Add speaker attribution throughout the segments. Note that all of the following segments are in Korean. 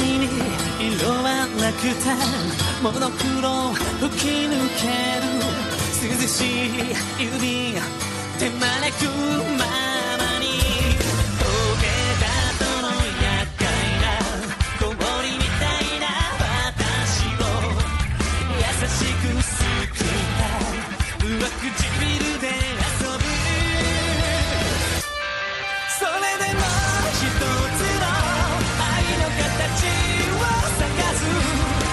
Speaker 1: いに色はなくてモノクロ吹き抜ける涼しい指手招くままに溶けた後の厄介な氷みたいな私を優しくすくった上唇で遊ぶそれでも一つの愛の形を探す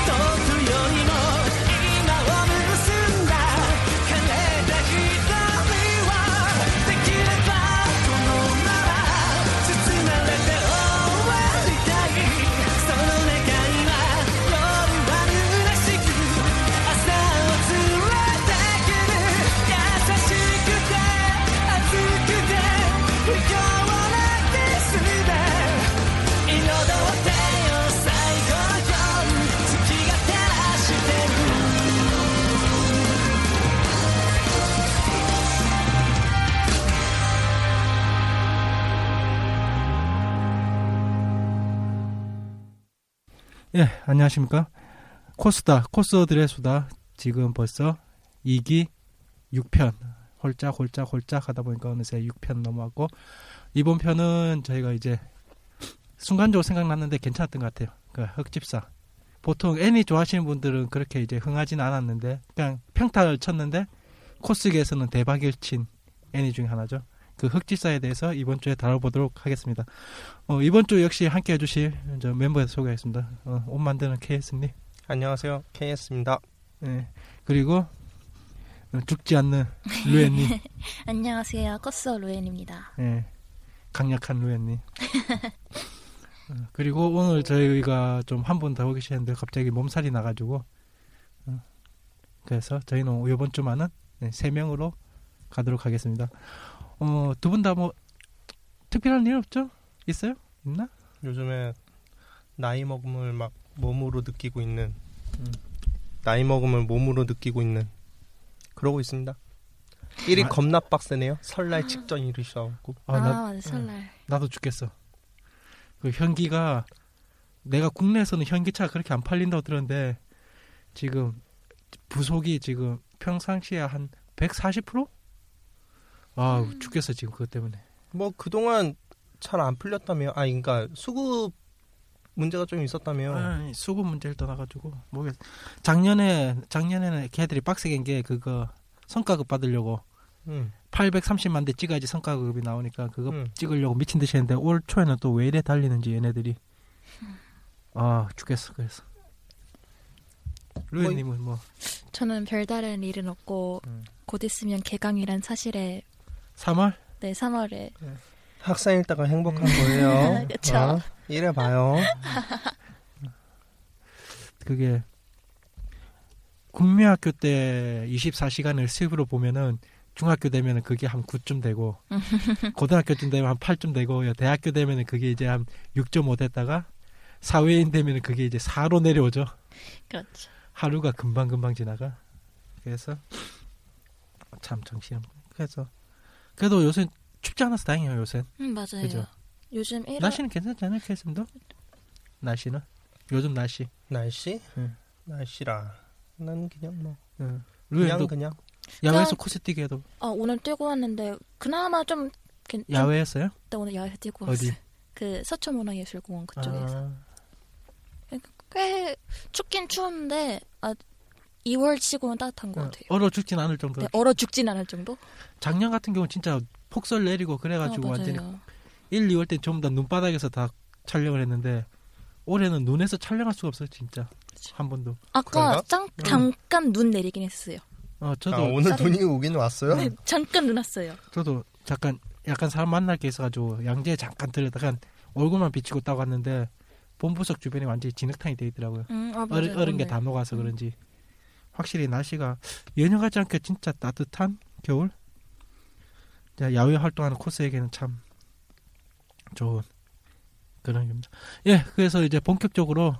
Speaker 1: 遠くよりも今を結んだ枯れた瞳はできればこのまま包まれて終わりたいその願いは夜は虚しく朝を連れてくる優しくて熱くて不要なキスで彩ってよ最高潮月が照らしてる
Speaker 2: 예, 안녕하십니까. 코스다, 코스어들의 수다. 지금 벌써 2기 6편. 홀짝, 홀짝, 홀짝 하다 보니까 어느새 6편 넘어왔고, 이번 편은 저희가 이제 순간적으로 생각났는데 괜찮았던 것 같아요. 그 흑집사. 보통 애니 좋아하시는 분들은 그렇게 이제 흥하진 않았는데, 그냥 평타를 쳤는데, 코스계에서는 대박을 친 애니 중에 하나죠. 그 흑집사에 대해서 이번 주에 다뤄보도록 하겠습니다. 어, 이번 주 역시 함께 해주실 저 멤버 소개하겠습니다. 어, 옷 만드는 KS님.
Speaker 3: 안녕하세요. KS입니다.
Speaker 2: 네. 그리고 어, 죽지 않는 루엔님.
Speaker 4: 안녕하세요. 코스 루엔입니다.
Speaker 2: 네. 강력한 루엔님. 어, 그리고 오늘 저희가 좀 한 분 더 오기 시작했는데 갑자기 몸살이 나가지고 어, 그래서 저희는 이번 주만은 네, 세 명으로 가도록 하겠습니다. 어, 두 분 다 뭐 특별한 일 없죠? 있어요? 있나?
Speaker 3: 요즘에 나이 먹음을 막 몸으로 느끼고 있는
Speaker 2: 음.
Speaker 3: 나이 먹음을 몸으로 느끼고 있는 그러고 있습니다. 일이
Speaker 2: 아.
Speaker 3: 겁나 빡세네요. 설날 직전 일이 있어갖고
Speaker 4: 아,
Speaker 2: 아, 나-
Speaker 4: 맞아, 설날.
Speaker 2: 나도 죽겠어. 그 현기가 내가 국내에서는 현기차가 그렇게 안 팔린다고 들었는데 지금 부속이 지금 평상시에 한 140%? 아 죽겠어 지금 그것 때문에.
Speaker 3: 뭐 그동안 잘 안 풀렸다며 아 그러니까 수급 문제가 좀 있었다며
Speaker 2: 아이, 수급 문제를 떠나가지고 모르겠. 작년에 작년에는 걔들이 빡세게 한게 그거 성과급 받으려고
Speaker 3: 음.
Speaker 2: 830만 대 찍어야지 성과급이 나오니까 그거
Speaker 3: 음.
Speaker 2: 찍으려고 미친 듯이 했는데 올 초에는 또 왜 이래 달리는지 얘네들이 아 죽겠어 그래서 루이님은 뭐
Speaker 4: 저는 별다른 일은 없고
Speaker 2: 음.
Speaker 4: 곧 있으면 개강이란 사실에
Speaker 2: 3월
Speaker 4: 네 3월에
Speaker 3: 학생 일다가
Speaker 2: 음.
Speaker 3: 행복한 거예요.
Speaker 4: 그쵸.
Speaker 3: 어? 이래 봐요.
Speaker 2: 그게 국민학교 때 24시간을 수입으로 보면은 중학교 되면은 그게 한 9쯤 되고 고등학교쯤 되면 한 8쯤 되고 대학교 되면은 그게 이제 한 6.5 됐다가 사회인 되면은 그게 이제 4로 내려오죠.
Speaker 4: 그렇죠.
Speaker 2: 하루가 금방 금방 지나가. 그래서 참 정신 없. 그래서 그래도 요새 춥지 않아서 다행이에요 요새.
Speaker 4: 음 맞아요.
Speaker 2: 그죠.
Speaker 4: 요즘 1월
Speaker 2: 날씨는 괜찮지 않아요 캐스님도? 날씨는 요즘 날씨.
Speaker 3: 날씨
Speaker 2: 음.
Speaker 3: 날씨라 난 그냥 뭐
Speaker 2: 응.
Speaker 3: 그냥
Speaker 2: 루엔도
Speaker 3: 그냥
Speaker 2: 야외에서 코스 뛰기 해도
Speaker 4: 아, 오늘 뛰고 왔는데 그나마 좀 괜- 좀
Speaker 2: 야외였어요?
Speaker 4: 그때 오늘 야외에서 뛰고
Speaker 2: 어디?
Speaker 4: 왔어요. 그 서초문화예술공원 그쪽에서 그
Speaker 2: 아,
Speaker 4: 꽤 춥긴 추운데 아 2월 치고는 따뜻한 것
Speaker 2: 어,
Speaker 4: 같아요.
Speaker 2: 얼어 죽진 않을 정도.
Speaker 4: 네, 얼어 죽진 않을 정도.
Speaker 2: 작년 같은 경우 진짜 폭설 내리고 그래가지고
Speaker 4: 아,
Speaker 2: 완전히
Speaker 4: 맞아요.
Speaker 2: 1, 2월 때 전부 다 눈바닥에서 다 촬영을 했는데 올해는 눈에서 촬영할 수가 없어요 진짜
Speaker 4: 그렇죠.
Speaker 2: 한 번도.
Speaker 4: 아까
Speaker 3: 그런가?
Speaker 4: 짱, 잠깐 눈 내리긴 했어요.
Speaker 2: 어 저도
Speaker 3: 아, 오늘
Speaker 4: 짜증-
Speaker 3: 눈이 오긴 왔어요.
Speaker 4: 네, 잠깐 눈 왔어요.
Speaker 2: 저도 잠깐 약간 사람 만날 게 있어가지고 양재 잠깐 들렸다가 얼굴만 비치고 따고 왔는데 본부석 주변이 완전히 진흙탕이 돼 있더라고요.
Speaker 4: 음, 아, 맞아요.
Speaker 2: 어른, 어른 게 다
Speaker 4: 그러네.
Speaker 2: 녹아서
Speaker 4: 음.
Speaker 2: 그런지 확실히 날씨가 예년 같지 않게 진짜 따뜻한 겨울 자, 야외 활동하는 코스에게는 참 좋은 그런 겁니다. 예, 그래서 이제 본격적으로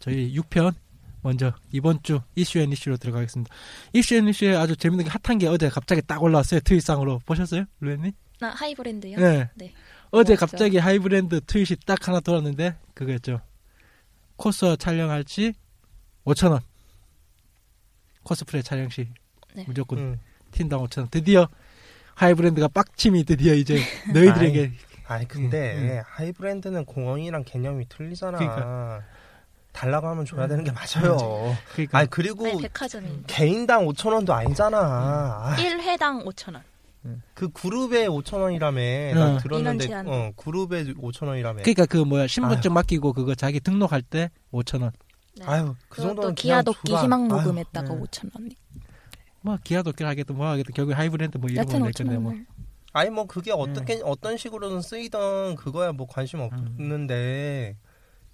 Speaker 2: 저희 6편 먼저 이번 주 이슈 앤 이슈로 들어가겠습니다. 이슈 앤 이슈에 아주 재밌는 게 핫한 게 어제 갑자기 딱 올라왔어요. 트윗상으로 보셨어요? 루엔님?
Speaker 4: 나 하이브랜드요?
Speaker 2: 네.
Speaker 4: 네.
Speaker 2: 어제
Speaker 4: 고맙죠.
Speaker 2: 갑자기 하이브랜드 트윗이 딱 하나 돌았는데 그거였죠. 코스 촬영할지 5천 원. 코스프레 촬영 시
Speaker 4: 네.
Speaker 2: 무조건
Speaker 3: 음.
Speaker 2: 틴당 5천 원. 드디어 하이브랜드가 빡침이 드디어 이제 너희들에게 예,
Speaker 3: 아니 근데 하이브랜드는 공원이랑 개념이 틀리잖아.
Speaker 2: 그러니까.
Speaker 3: 달라고 하면 줘야 되는 게 맞아요.
Speaker 2: 그러니까
Speaker 3: 아니 그리고
Speaker 4: 아니, 네, 백화점이.
Speaker 3: 개인당 5천 원도
Speaker 2: 음.
Speaker 3: 아니잖아. 아,
Speaker 4: 1회당 5천 원.
Speaker 3: 그 그룹에 5천 원이라며. 나
Speaker 2: 응.
Speaker 3: 들었는데
Speaker 4: 인원 제한.
Speaker 3: 어, 그룹에 5천 원이라며.
Speaker 2: 음. 그러니까 그 뭐야 신분증
Speaker 3: 아.
Speaker 2: 맡기고 그거 자기 등록할 때 5천 원.
Speaker 4: 네.
Speaker 3: 아유 그
Speaker 4: 그것도
Speaker 3: 정도는
Speaker 4: 기아
Speaker 3: 그냥
Speaker 4: 도끼
Speaker 3: 줘라.
Speaker 4: 희망
Speaker 3: 아유,
Speaker 4: 모금에다가
Speaker 2: 네.
Speaker 4: 5천 원.
Speaker 2: 뭐 기아도끼를 하겠든 뭐 하겠든 결국 하이브랜드 뭐 이런
Speaker 4: 여튼
Speaker 2: 거낼
Speaker 4: 5천
Speaker 2: 건데 뭐.
Speaker 4: 원.
Speaker 3: 아니 뭐 그게
Speaker 2: 음.
Speaker 3: 어떻게 어떤 식으로든 쓰이던 그거야 뭐 관심 없는데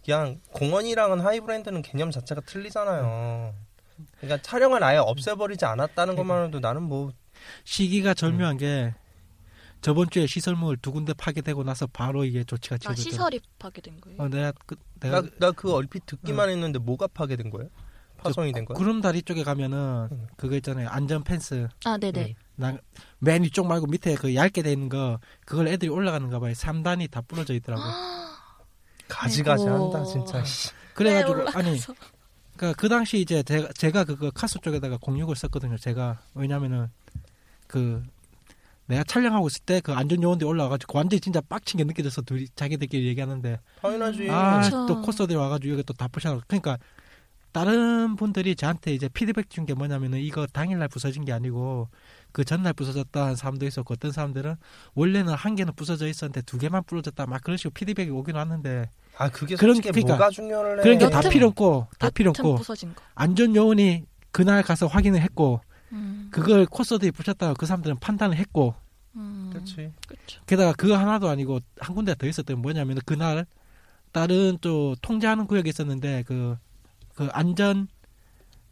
Speaker 3: 그냥 공원이랑은 하이브랜드는 개념 자체가 틀리잖아요.
Speaker 2: 음.
Speaker 3: 그러니까 촬영을 아예 없애버리지 않았다는
Speaker 2: 그러니까.
Speaker 3: 것만으로도 나는 뭐
Speaker 2: 시기가
Speaker 3: 음.
Speaker 2: 절묘한 게 저번 주에 시설물 두 군데 파괴되고 나서 바로 이게 조치가
Speaker 4: 아,
Speaker 2: 취해졌죠.
Speaker 4: 시설이 파괴된 거예요.
Speaker 2: 어, 내가 그, 내가
Speaker 3: 나 나 그 얼핏 듣기만 했는데 뭐가 파괴된 거예요? 파손이 된 거예요?
Speaker 2: 네. 구름다리 쪽에 가면은
Speaker 3: 음.
Speaker 2: 그거 있잖아요 안전 펜스
Speaker 4: 아, 네네.
Speaker 2: 나- 맨 위쪽 말고 밑에 그 얇게 돼 있는 거 그걸 애들이 올라가는가 봐요 3단이 다 부러져 있더라고
Speaker 4: 아, 네,
Speaker 3: 가지가지한다
Speaker 4: 아이고.
Speaker 3: 진짜. 씨.
Speaker 2: 그래가지고
Speaker 4: 네,
Speaker 2: 아니
Speaker 4: 올라가서.
Speaker 2: 그니까 그 당시 이제 제가, 제가 그거 카스 쪽에다가 공육을 썼거든요 제가 왜냐면은 그 내가 촬영하고 있을 때 그 안전 요원들이 올라와가지고 완전히 진짜 빡친 게 느껴져서 둘이 자기들끼리 얘기하는데
Speaker 3: 당연하지.
Speaker 2: 아
Speaker 4: 그쵸.
Speaker 2: 또 코스들이 와가지고 여기 또 다 부셔 그러니까 다른 분들이 저한테 이제 피드백 준 게 뭐냐면은 이거 당일날 부서진 게 아니고 그 전날 부서졌다 한 사람도 있었고 어떤 사람들은 원래는 한 개는 부서져 있었는데 두 개만 부러졌다 막 그런 식으로 피드백이 오긴 왔는데
Speaker 3: 아 그게
Speaker 2: 그런-
Speaker 3: 솔직히
Speaker 2: 그러니까-
Speaker 3: 뭐가 중요를 해?
Speaker 2: 그런 게 다
Speaker 4: 여튼-
Speaker 2: 필요 없고 다 필요
Speaker 4: 여튼
Speaker 2: 없고
Speaker 4: 부서진 거.
Speaker 2: 안전 요원이 그날 가서 확인을 했고
Speaker 4: 음.
Speaker 2: 그걸 코스들이 부셨다고 그 사람들은 판단을 했고
Speaker 4: 음.
Speaker 3: 그렇지.
Speaker 4: 그렇죠.
Speaker 2: 게다가 그거 하나도 아니고 한 군데 더 있었던 뭐냐면 그날 다른 또 통제하는 구역에 있었는데 그 그 안전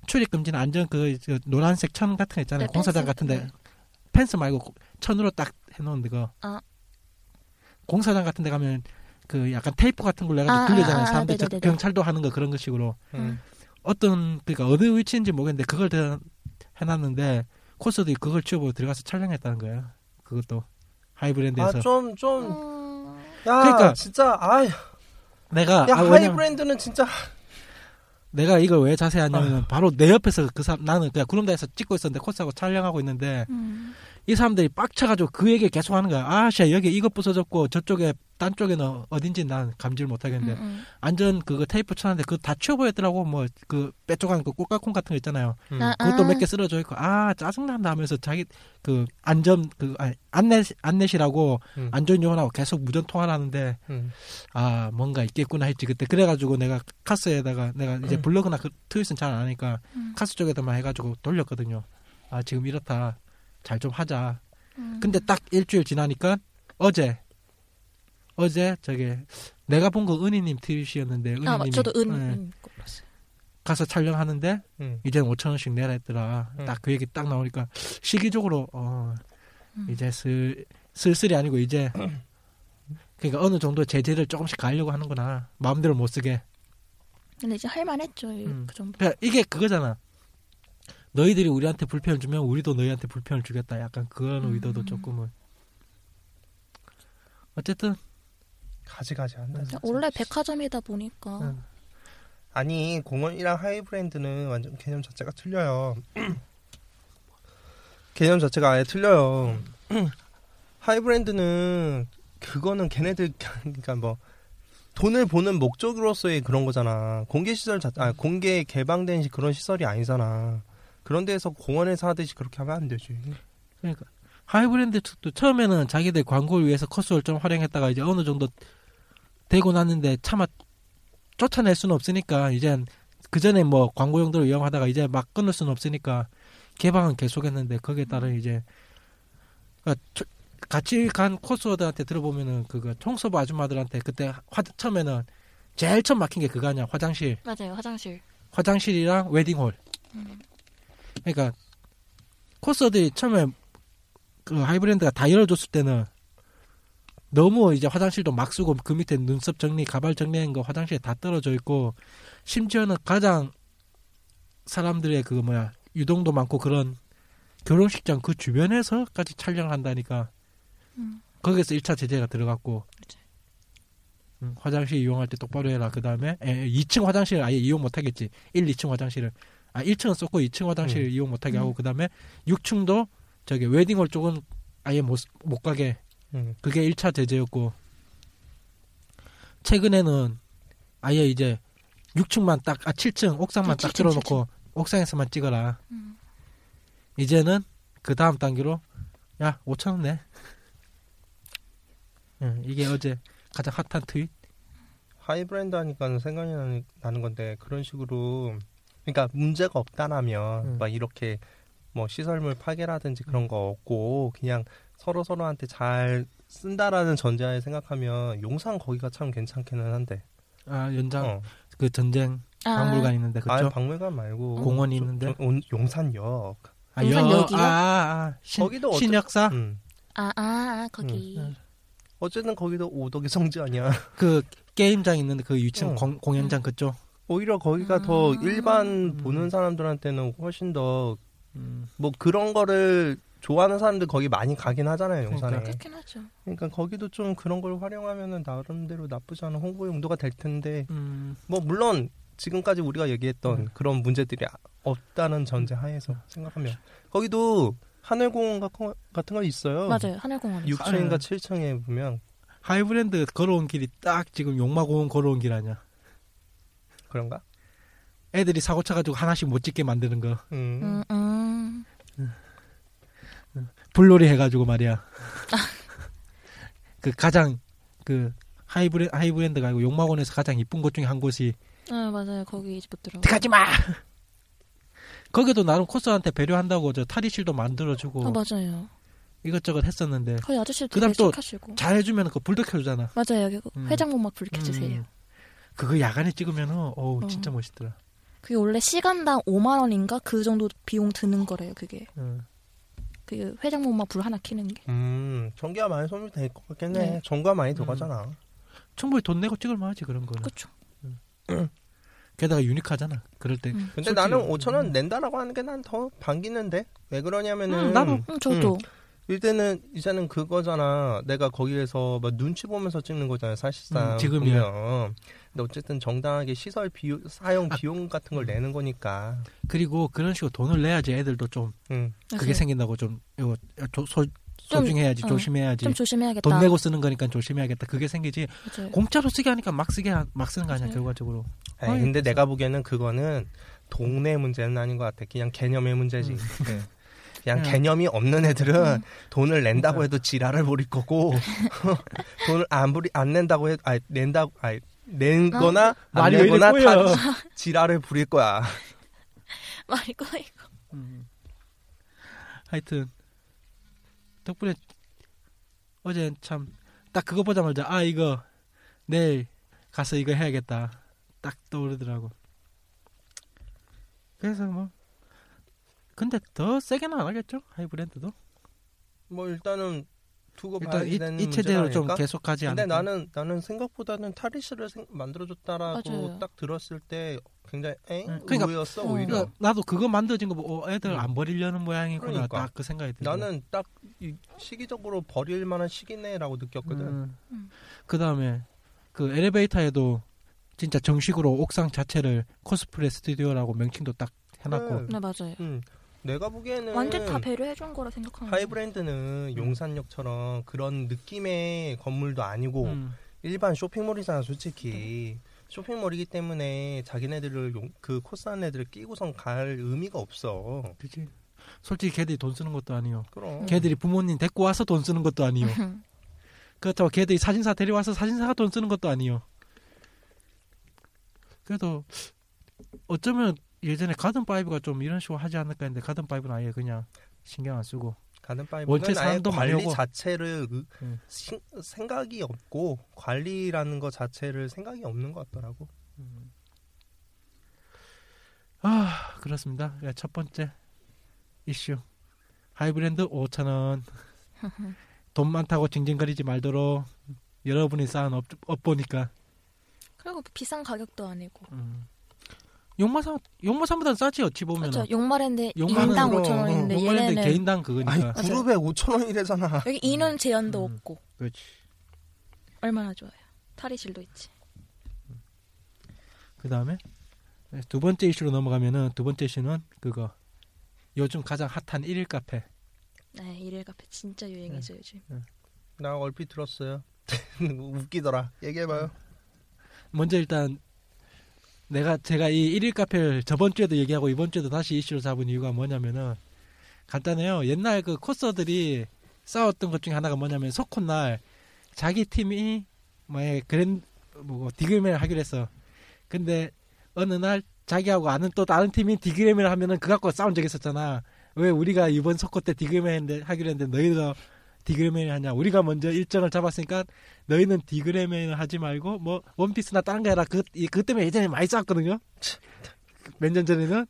Speaker 2: 출입 금지는 안전 그그 노란색 천 같은 거 있잖아요
Speaker 4: 네,
Speaker 2: 공사장
Speaker 4: 펜스
Speaker 2: 같은데
Speaker 4: 같은
Speaker 2: 펜스 말고 고- 천으로 딱 해놓은 데가
Speaker 4: 아.
Speaker 2: 공사장 같은데 가면 그 약간 테이프 같은 걸로 해가지고
Speaker 4: 아,
Speaker 2: 굴리잖아요
Speaker 4: 아, 아,
Speaker 2: 사람들 저-
Speaker 4: 네네네네.
Speaker 2: 경찰도 하는 거 그런 것 식으로
Speaker 3: 음.
Speaker 2: 어떤 그러니까 어느 위치인지 모르겠는데 그걸 대- 해놨는데 코스도 그걸 치워보고 들어가서 촬영했다는 거예요 그것도 하이브랜드에서
Speaker 3: 아좀 좀.
Speaker 4: 음.
Speaker 3: 야
Speaker 2: 그러니까-
Speaker 3: 진짜 아 야,
Speaker 2: 내가 아, 왜냐면
Speaker 3: 하이브랜드는 진짜
Speaker 2: 내가 이걸 왜 자세히
Speaker 3: 어.
Speaker 2: 하냐면 바로 내 옆에서 그 사람 나는 그냥 구름다에서 찍고 있었는데 코스하고 촬영하고 있는데
Speaker 4: 음.
Speaker 2: 이 사람들이 빡쳐가지고 그 얘기 계속 하는 거야 아씨 여기 이것 부서졌고 저쪽에 딴 쪽에는 어딘지 난 감지를 못하겠는데
Speaker 4: 음,
Speaker 2: 안전 그거 테이프 쳐놨는데 그거 다 치워보였더라고 뭐 그 빼쪽한 그 꽃가콩 같은 거 있잖아요
Speaker 4: 음.
Speaker 3: 음.
Speaker 4: 나-
Speaker 2: 그것도
Speaker 4: 아.
Speaker 2: 몇 개 쓰러져 있고 아 짜증난다 하면서 자기 그 안전 그 아니, 안내 안내시라고
Speaker 3: 음.
Speaker 2: 안전 요원하고 계속 무전 통화를 하는데
Speaker 3: 음.
Speaker 2: 아 뭔가 있겠구나 했지 그때 그래가지고 내가 카스에다가 내가 이제 블로그나 그 트윗은 잘 안 하니까
Speaker 4: 음.
Speaker 2: 카스 쪽에다만 해가지고 돌렸거든요 아 지금 이렇다 잘 좀 하자
Speaker 4: 음.
Speaker 2: 근데 딱 일주일 지나니까 어제 어제 저게 내가 본 거 은희님 트윗이었는데 은희님이
Speaker 4: 아, 맞- 저도 은,
Speaker 2: 네,
Speaker 4: 은 골랐어요.
Speaker 2: 가서 촬영하는데
Speaker 3: 음.
Speaker 2: 이제 5천 원씩 내라 했더라
Speaker 3: 음.
Speaker 2: 딱 그 얘기 딱 나오니까 시기적으로 어
Speaker 4: 음.
Speaker 2: 이제 슬 슬슬이 아니고 이제 그러니까 어느 정도 제재를 조금씩 가려고 하는구나 마음대로 못 쓰게
Speaker 4: 근데 이제 할만했죠.
Speaker 2: 음.
Speaker 4: 그 정도.
Speaker 2: 그러니까 이게 그거잖아 너희들이 우리한테 불편을 주면 우리도 너희한테 불편을 주겠다 약간 그런
Speaker 4: 음.
Speaker 2: 의도도 조금은 어쨌든
Speaker 4: 음,
Speaker 3: 가지가지한다. 진짜.
Speaker 4: 원래 백화점이다 보니까
Speaker 2: 음.
Speaker 3: 아니 공원이랑 하이브랜드는 완전 개념 자체가 틀려요. 개념 자체가 아예 틀려요. 하이브랜드는 그거는 걔네들 그러니까 뭐 돈을 보는 목적으로서의 그런 거잖아. 공개 시설 자체 아 공개 개방된 시- 그런 시설이 아니잖아. 그런 데서 공원에서 하듯이 그렇게 하면 안 되지.
Speaker 2: 그러니까 하이브랜드 측도 처음에는 자기들 광고를 위해서 커스를 좀 활용했다가 이제 어느 정도 되고 났는데 차마 쫓아낼 수는 없으니까 이젠 그 전에 뭐 광고 용도로 이용하다가 이제 막 끊을 수는 없으니까 개방은 계속했는데 거기에 따른 이제 그러니까 저- 같이 간 코스워드한테 들어보면은 그거 청소부 아줌마들한테 그때 화, 처음에는 제일 처음 막힌 게 그거 아니야 화장실
Speaker 4: 맞아요 화장실
Speaker 2: 화장실이랑 웨딩홀. 그러니까 코스들이 처음에 그 하이브랜드가 다 열어줬을 때는 너무 이제 화장실도 막 쓰고 그 밑에 눈썹 정리, 가발 정리한 거 화장실에 다 떨어져 있고 심지어는 가장 사람들의 그 뭐야 유동도 많고 그런 결혼식장 그 주변에서까지 촬영을 한다니까
Speaker 4: 음.
Speaker 2: 거기에서 1차 제재가 들어갔고
Speaker 4: 그렇죠.
Speaker 2: 음, 화장실 이용할 때 똑바로 해라 그 다음에 2층 화장실 아예 이용 못하겠지 1, 2층 화장실을 아 1층은 썼고 2층 화장실 을 이용 못하게 하고 그 다음에 6층도 저기 웨딩홀 쪽은 아예 못, 못 가게
Speaker 3: 음.
Speaker 2: 그게 1차 제재였고 최근에는 아예 이제 6층만 딱 아 7층 옥상만
Speaker 4: 네,
Speaker 2: 딱
Speaker 4: 7층,
Speaker 2: 틀어놓고 옥상에서만 찍어라
Speaker 4: 음.
Speaker 2: 이제는 그 다음 단계로 야 5천 원 내. 응, 이게 어제 가장 핫한 트윗.
Speaker 3: 하이브랜드 하니까 생각이 나는, 나는 건데 그런 식으로 그러니까 문제가 없다라면
Speaker 2: 음.
Speaker 3: 막 이렇게 뭐 시설물 파괴라든지 그런 거 없고 그냥 서로 서로한테 잘 쓴다라는 전제하에 생각하면 용산 거기가 참 괜찮기는 한데
Speaker 2: 아 연장
Speaker 3: 어.
Speaker 2: 그 전쟁
Speaker 4: 아,
Speaker 2: 박물관 있는데
Speaker 3: 아예
Speaker 2: 그쵸? 음.
Speaker 3: 박물관 말고
Speaker 2: 공원이
Speaker 3: 저-
Speaker 2: 있는데?
Speaker 3: 저- 온- 용산역
Speaker 2: 아,
Speaker 4: 용산역이요?
Speaker 2: 아, 아, 아, 신,
Speaker 3: 거기도 어쩌-
Speaker 2: 신역사
Speaker 3: 음.
Speaker 4: 아, 아, 아, 거기
Speaker 2: 음.
Speaker 3: 어쨌든 거기도 오덕이 성지 아니야
Speaker 2: 그 게임장 있는데 그 2층
Speaker 3: 응.
Speaker 2: 공, 공연장 그쪽.
Speaker 3: 오히려 거기가 더
Speaker 4: 음.
Speaker 3: 일반
Speaker 2: 아. 음.
Speaker 3: 보는 사람들한테는 훨씬 더 뭐
Speaker 2: 음.
Speaker 3: 그런 거를 좋아하는 사람들 거기 많이 가긴 하잖아요 용산에
Speaker 2: 그러니까.
Speaker 3: 그러니까,
Speaker 4: 그렇긴 하죠
Speaker 3: 거기도 좀 그런 걸 활용하면은 나름대로 나쁘지 않은 홍보 용도가 될 텐데
Speaker 2: 음.
Speaker 3: 뭐 물론 지금까지 우리가 얘기했던
Speaker 2: 음.
Speaker 3: 그런 문제들이 아- 없다는 전제 하에서 생각하면 거기도 하늘공원 같은 거- 같은 거 있어요
Speaker 4: 맞아요 하늘공원
Speaker 3: 육층인가칠층에 보면
Speaker 2: 하이브랜드 걸어온 길이 딱 지금 용마공원 걸어온 길 아니야.
Speaker 3: 그런가?
Speaker 2: 애들이 사고 쳐가지고 하나씩 못 찍게 만드는 거.
Speaker 3: 음.
Speaker 4: 음, 음.
Speaker 2: 불놀이 해가지고 말이야. 그 가장 그 하이브랜 하이브랜드가 아니고 용마원에서 가장 이쁜 곳 중에 한 곳이
Speaker 4: 네 맞아요 거기 못 들어
Speaker 2: 가지 마. 거기도 나름 코스한테 배려한다고 저 탈의실도 만들어주고
Speaker 4: 아 맞아요
Speaker 2: 이것저것 했었는데
Speaker 4: 거기 아저씨도
Speaker 2: 네. 그다음
Speaker 4: 되게
Speaker 2: 또-
Speaker 4: 착하시고
Speaker 2: 잘해주면 그 불도 켜주잖아.
Speaker 4: 맞아요 여기
Speaker 2: 음.
Speaker 4: 회장목 막 불켜주세요
Speaker 2: 음. 그거 야간에 찍으면은 어우
Speaker 4: 어.
Speaker 2: 진짜 멋있더라.
Speaker 4: 그게 원래 시간당 5만 원인가 그 정도 비용 드는 거래요 그게
Speaker 2: 응.
Speaker 4: 그 회장목 막 불 하나 켜는 게
Speaker 3: 음, 전기가 많이 소모될것 같겠네.
Speaker 4: 네.
Speaker 3: 전기가 많이
Speaker 2: 들어가잖아.
Speaker 3: 들어가잖아.
Speaker 2: 충분히 돈 내고 찍을 만하지 그런 거는.
Speaker 4: 그쵸
Speaker 2: 게다가 유니크하잖아. 그럴 때.
Speaker 4: 음.
Speaker 3: 근데 나는 5천 원 낸다라고 하는 게 난 더 반기는데 왜 그러냐면은
Speaker 2: 음, 나도.
Speaker 4: 응 저도
Speaker 3: 이때는 이제는 그거잖아. 내가 거기에서 막 눈치 보면서 찍는 거잖아. 사실상
Speaker 2: 음, 지금이야.
Speaker 3: 지금이면. 근데 어쨌든 정당하게 시설 비용,
Speaker 2: 아.
Speaker 3: 사용 비용 같은 걸 내는 거니까.
Speaker 2: 그리고 그런 식으로 돈을 내야지 애들도 좀
Speaker 3: 음.
Speaker 2: 그게 생긴다고 좀 이거 조, 소, 소중해야지
Speaker 4: 어,
Speaker 2: 조심해야지
Speaker 4: 좀 조심해야겠다
Speaker 2: 돈 내고 쓰는 거니까 조심해야겠다 그게 생기지
Speaker 4: 맞아요.
Speaker 2: 공짜로 쓰게 하니까 막 쓰게 하- 막 쓰는 거 아니야
Speaker 4: 맞아요.
Speaker 2: 결과적으로
Speaker 3: 에이,
Speaker 2: 아니,
Speaker 3: 예, 근데 내가 보기에는 그거는 동네 문제는 아닌 것 같아. 그냥 개념의 문제지. 네. 그냥
Speaker 2: 음. 그러니까.
Speaker 3: 개념이 없는 애들은
Speaker 4: 음.
Speaker 3: 돈을 낸다고 해도 지랄을 부릴 거고 돈을 안 부리 안 낸다고 해 아니 낸다고 아니 낸거나
Speaker 2: 어.
Speaker 3: 안
Speaker 2: 말이 왜 이리
Speaker 3: 낸거나
Speaker 2: 꼬여.
Speaker 3: 다 지랄을 부릴 거야.
Speaker 4: 말이 꼬이고
Speaker 2: 하여튼 덕분에 어제 참 딱 그거 보자마자 아 이거 내일 가서 이거 해야겠다 딱 떠오르더라고 그래서 뭐 근데 더 세게는 안 하겠죠 하이브랜드도
Speaker 3: 뭐 일단은 두고 봐야
Speaker 2: 일단 이,
Speaker 3: 되는
Speaker 2: 이 체제로 좀
Speaker 3: 문제가 아닐까?
Speaker 2: 계속하지 않을까
Speaker 3: 근데 나는 나는 생각보다는 탈의실을 생- 만들어줬다라고
Speaker 4: 맞아요.
Speaker 3: 딱 들었을 때 굉장히 엥
Speaker 2: 응. 그러니까-
Speaker 3: 의외였어
Speaker 4: 응.
Speaker 3: 오히려. 음.
Speaker 2: 그러니까 나도 그거 만들어진 거 보고 어, 애들 안 버리려는 모양이구나
Speaker 3: 그러니까.
Speaker 2: 딱 그 생각이 들고
Speaker 3: 나는 딱 이 시기적으로 버릴 만한 시기네라고 느꼈거든.
Speaker 4: 음.
Speaker 2: 그 다음에 그 엘리베이터에도 진짜 정식으로 옥상 자체를 코스프레 스튜디오라고 명칭도 딱 해놨고
Speaker 3: 그래.
Speaker 4: 네 맞아요
Speaker 3: 음, 내가
Speaker 2: 음.
Speaker 3: 보기에는
Speaker 4: 완전 다 배려해준 거라 생각하는
Speaker 3: 하이브랜드는 용산역처럼 그런 느낌의 건물도 아니고
Speaker 2: 음.
Speaker 3: 일반 쇼핑몰이잖아
Speaker 4: 네.
Speaker 3: 솔직히 쇼핑몰이기 때문에 자기네들을 용- 그 코스한 애들을 끼고선 갈 의미가 없어
Speaker 2: 그치 솔직히 걔들이 돈 쓰는 것도 아니에요
Speaker 3: 그럼
Speaker 2: 걔들이 부모님 데리고 와서 돈 쓰는 것도 아니요
Speaker 4: 음.
Speaker 2: 그렇다고 걔들이 사진사 데려와서 사진사가 돈 쓰는 것도 아니요 그래도 어쩌면 예전에 가든 파이브가 좀 이런 식으로 하지 않을까 했는데 가든 파이브는 아예 그냥 신경 안 쓰고
Speaker 3: 가든
Speaker 2: 원체
Speaker 3: 파이브는 아예
Speaker 2: 사람도
Speaker 3: 관리
Speaker 2: 많이 오고.
Speaker 3: 자체를 그
Speaker 2: 음.
Speaker 3: 신- 생각이 없고 관리라는 것 자체를 생각이 없는 것 같더라고.
Speaker 2: 아 그렇습니다. 예, 첫 번째 이슈 하이브랜드 5천 원. 돈 많다고 징징거리지 말도록 여러분이 쌓은 업, 업보니까
Speaker 4: 그리고 비싼 가격도 아니고.
Speaker 2: 음. 용마산 용마산보다 싸지 어찌 보면
Speaker 4: 그렇죠. 욕말인데
Speaker 2: 욕말은
Speaker 4: 2인당
Speaker 3: 그럼,
Speaker 4: 5천 원인데
Speaker 2: 어, 용마랜드
Speaker 4: 얘네는
Speaker 2: 개인당 그거니까
Speaker 3: 아니 그룹에 5천 원이래잖아.
Speaker 4: 여기 인원 제한도
Speaker 2: 음.
Speaker 4: 없고
Speaker 2: 그렇지.
Speaker 4: 얼마나 좋아요. 탈의실도 있지.
Speaker 2: 그 다음에 두 번째 이슈로 넘어가면은 두 번째 이슈는 그거 요즘 가장 핫한 일일 카페
Speaker 4: 네, 일일 카페 진짜 유행이죠
Speaker 2: 네.
Speaker 4: 요즘.
Speaker 3: 나 얼핏 들었어요. 웃기더라. 얘기해봐요.
Speaker 2: 먼저 일단 내가 제가 이 일일 카페를 저번 주에도 얘기하고 이번 주에도 다시 이슈로 잡은 이유가 뭐냐면은 간단해요 옛날 그 코서들이 싸웠던 것 중에 하나가 뭐냐면 석훈날 자기 팀이 뭐 그랜 뭐 디그램을 하기로 했어 근데 어느 날 자기하고 아는 또 다른 팀이 디그램을 하면은 그 갖고 싸운 적이 있었잖아 왜 우리가 이번 석호 때 디그램을 했는데 하기로 했는데 너희가 디그램을 하냐 우리가 먼저 일정을 잡았으니까 너희는 디그램을 하지 말고 뭐 원피스나 다른 거 해라 그, 이- 그것 때문에 예전에 많이 싸웠거든요 몇 년 전에는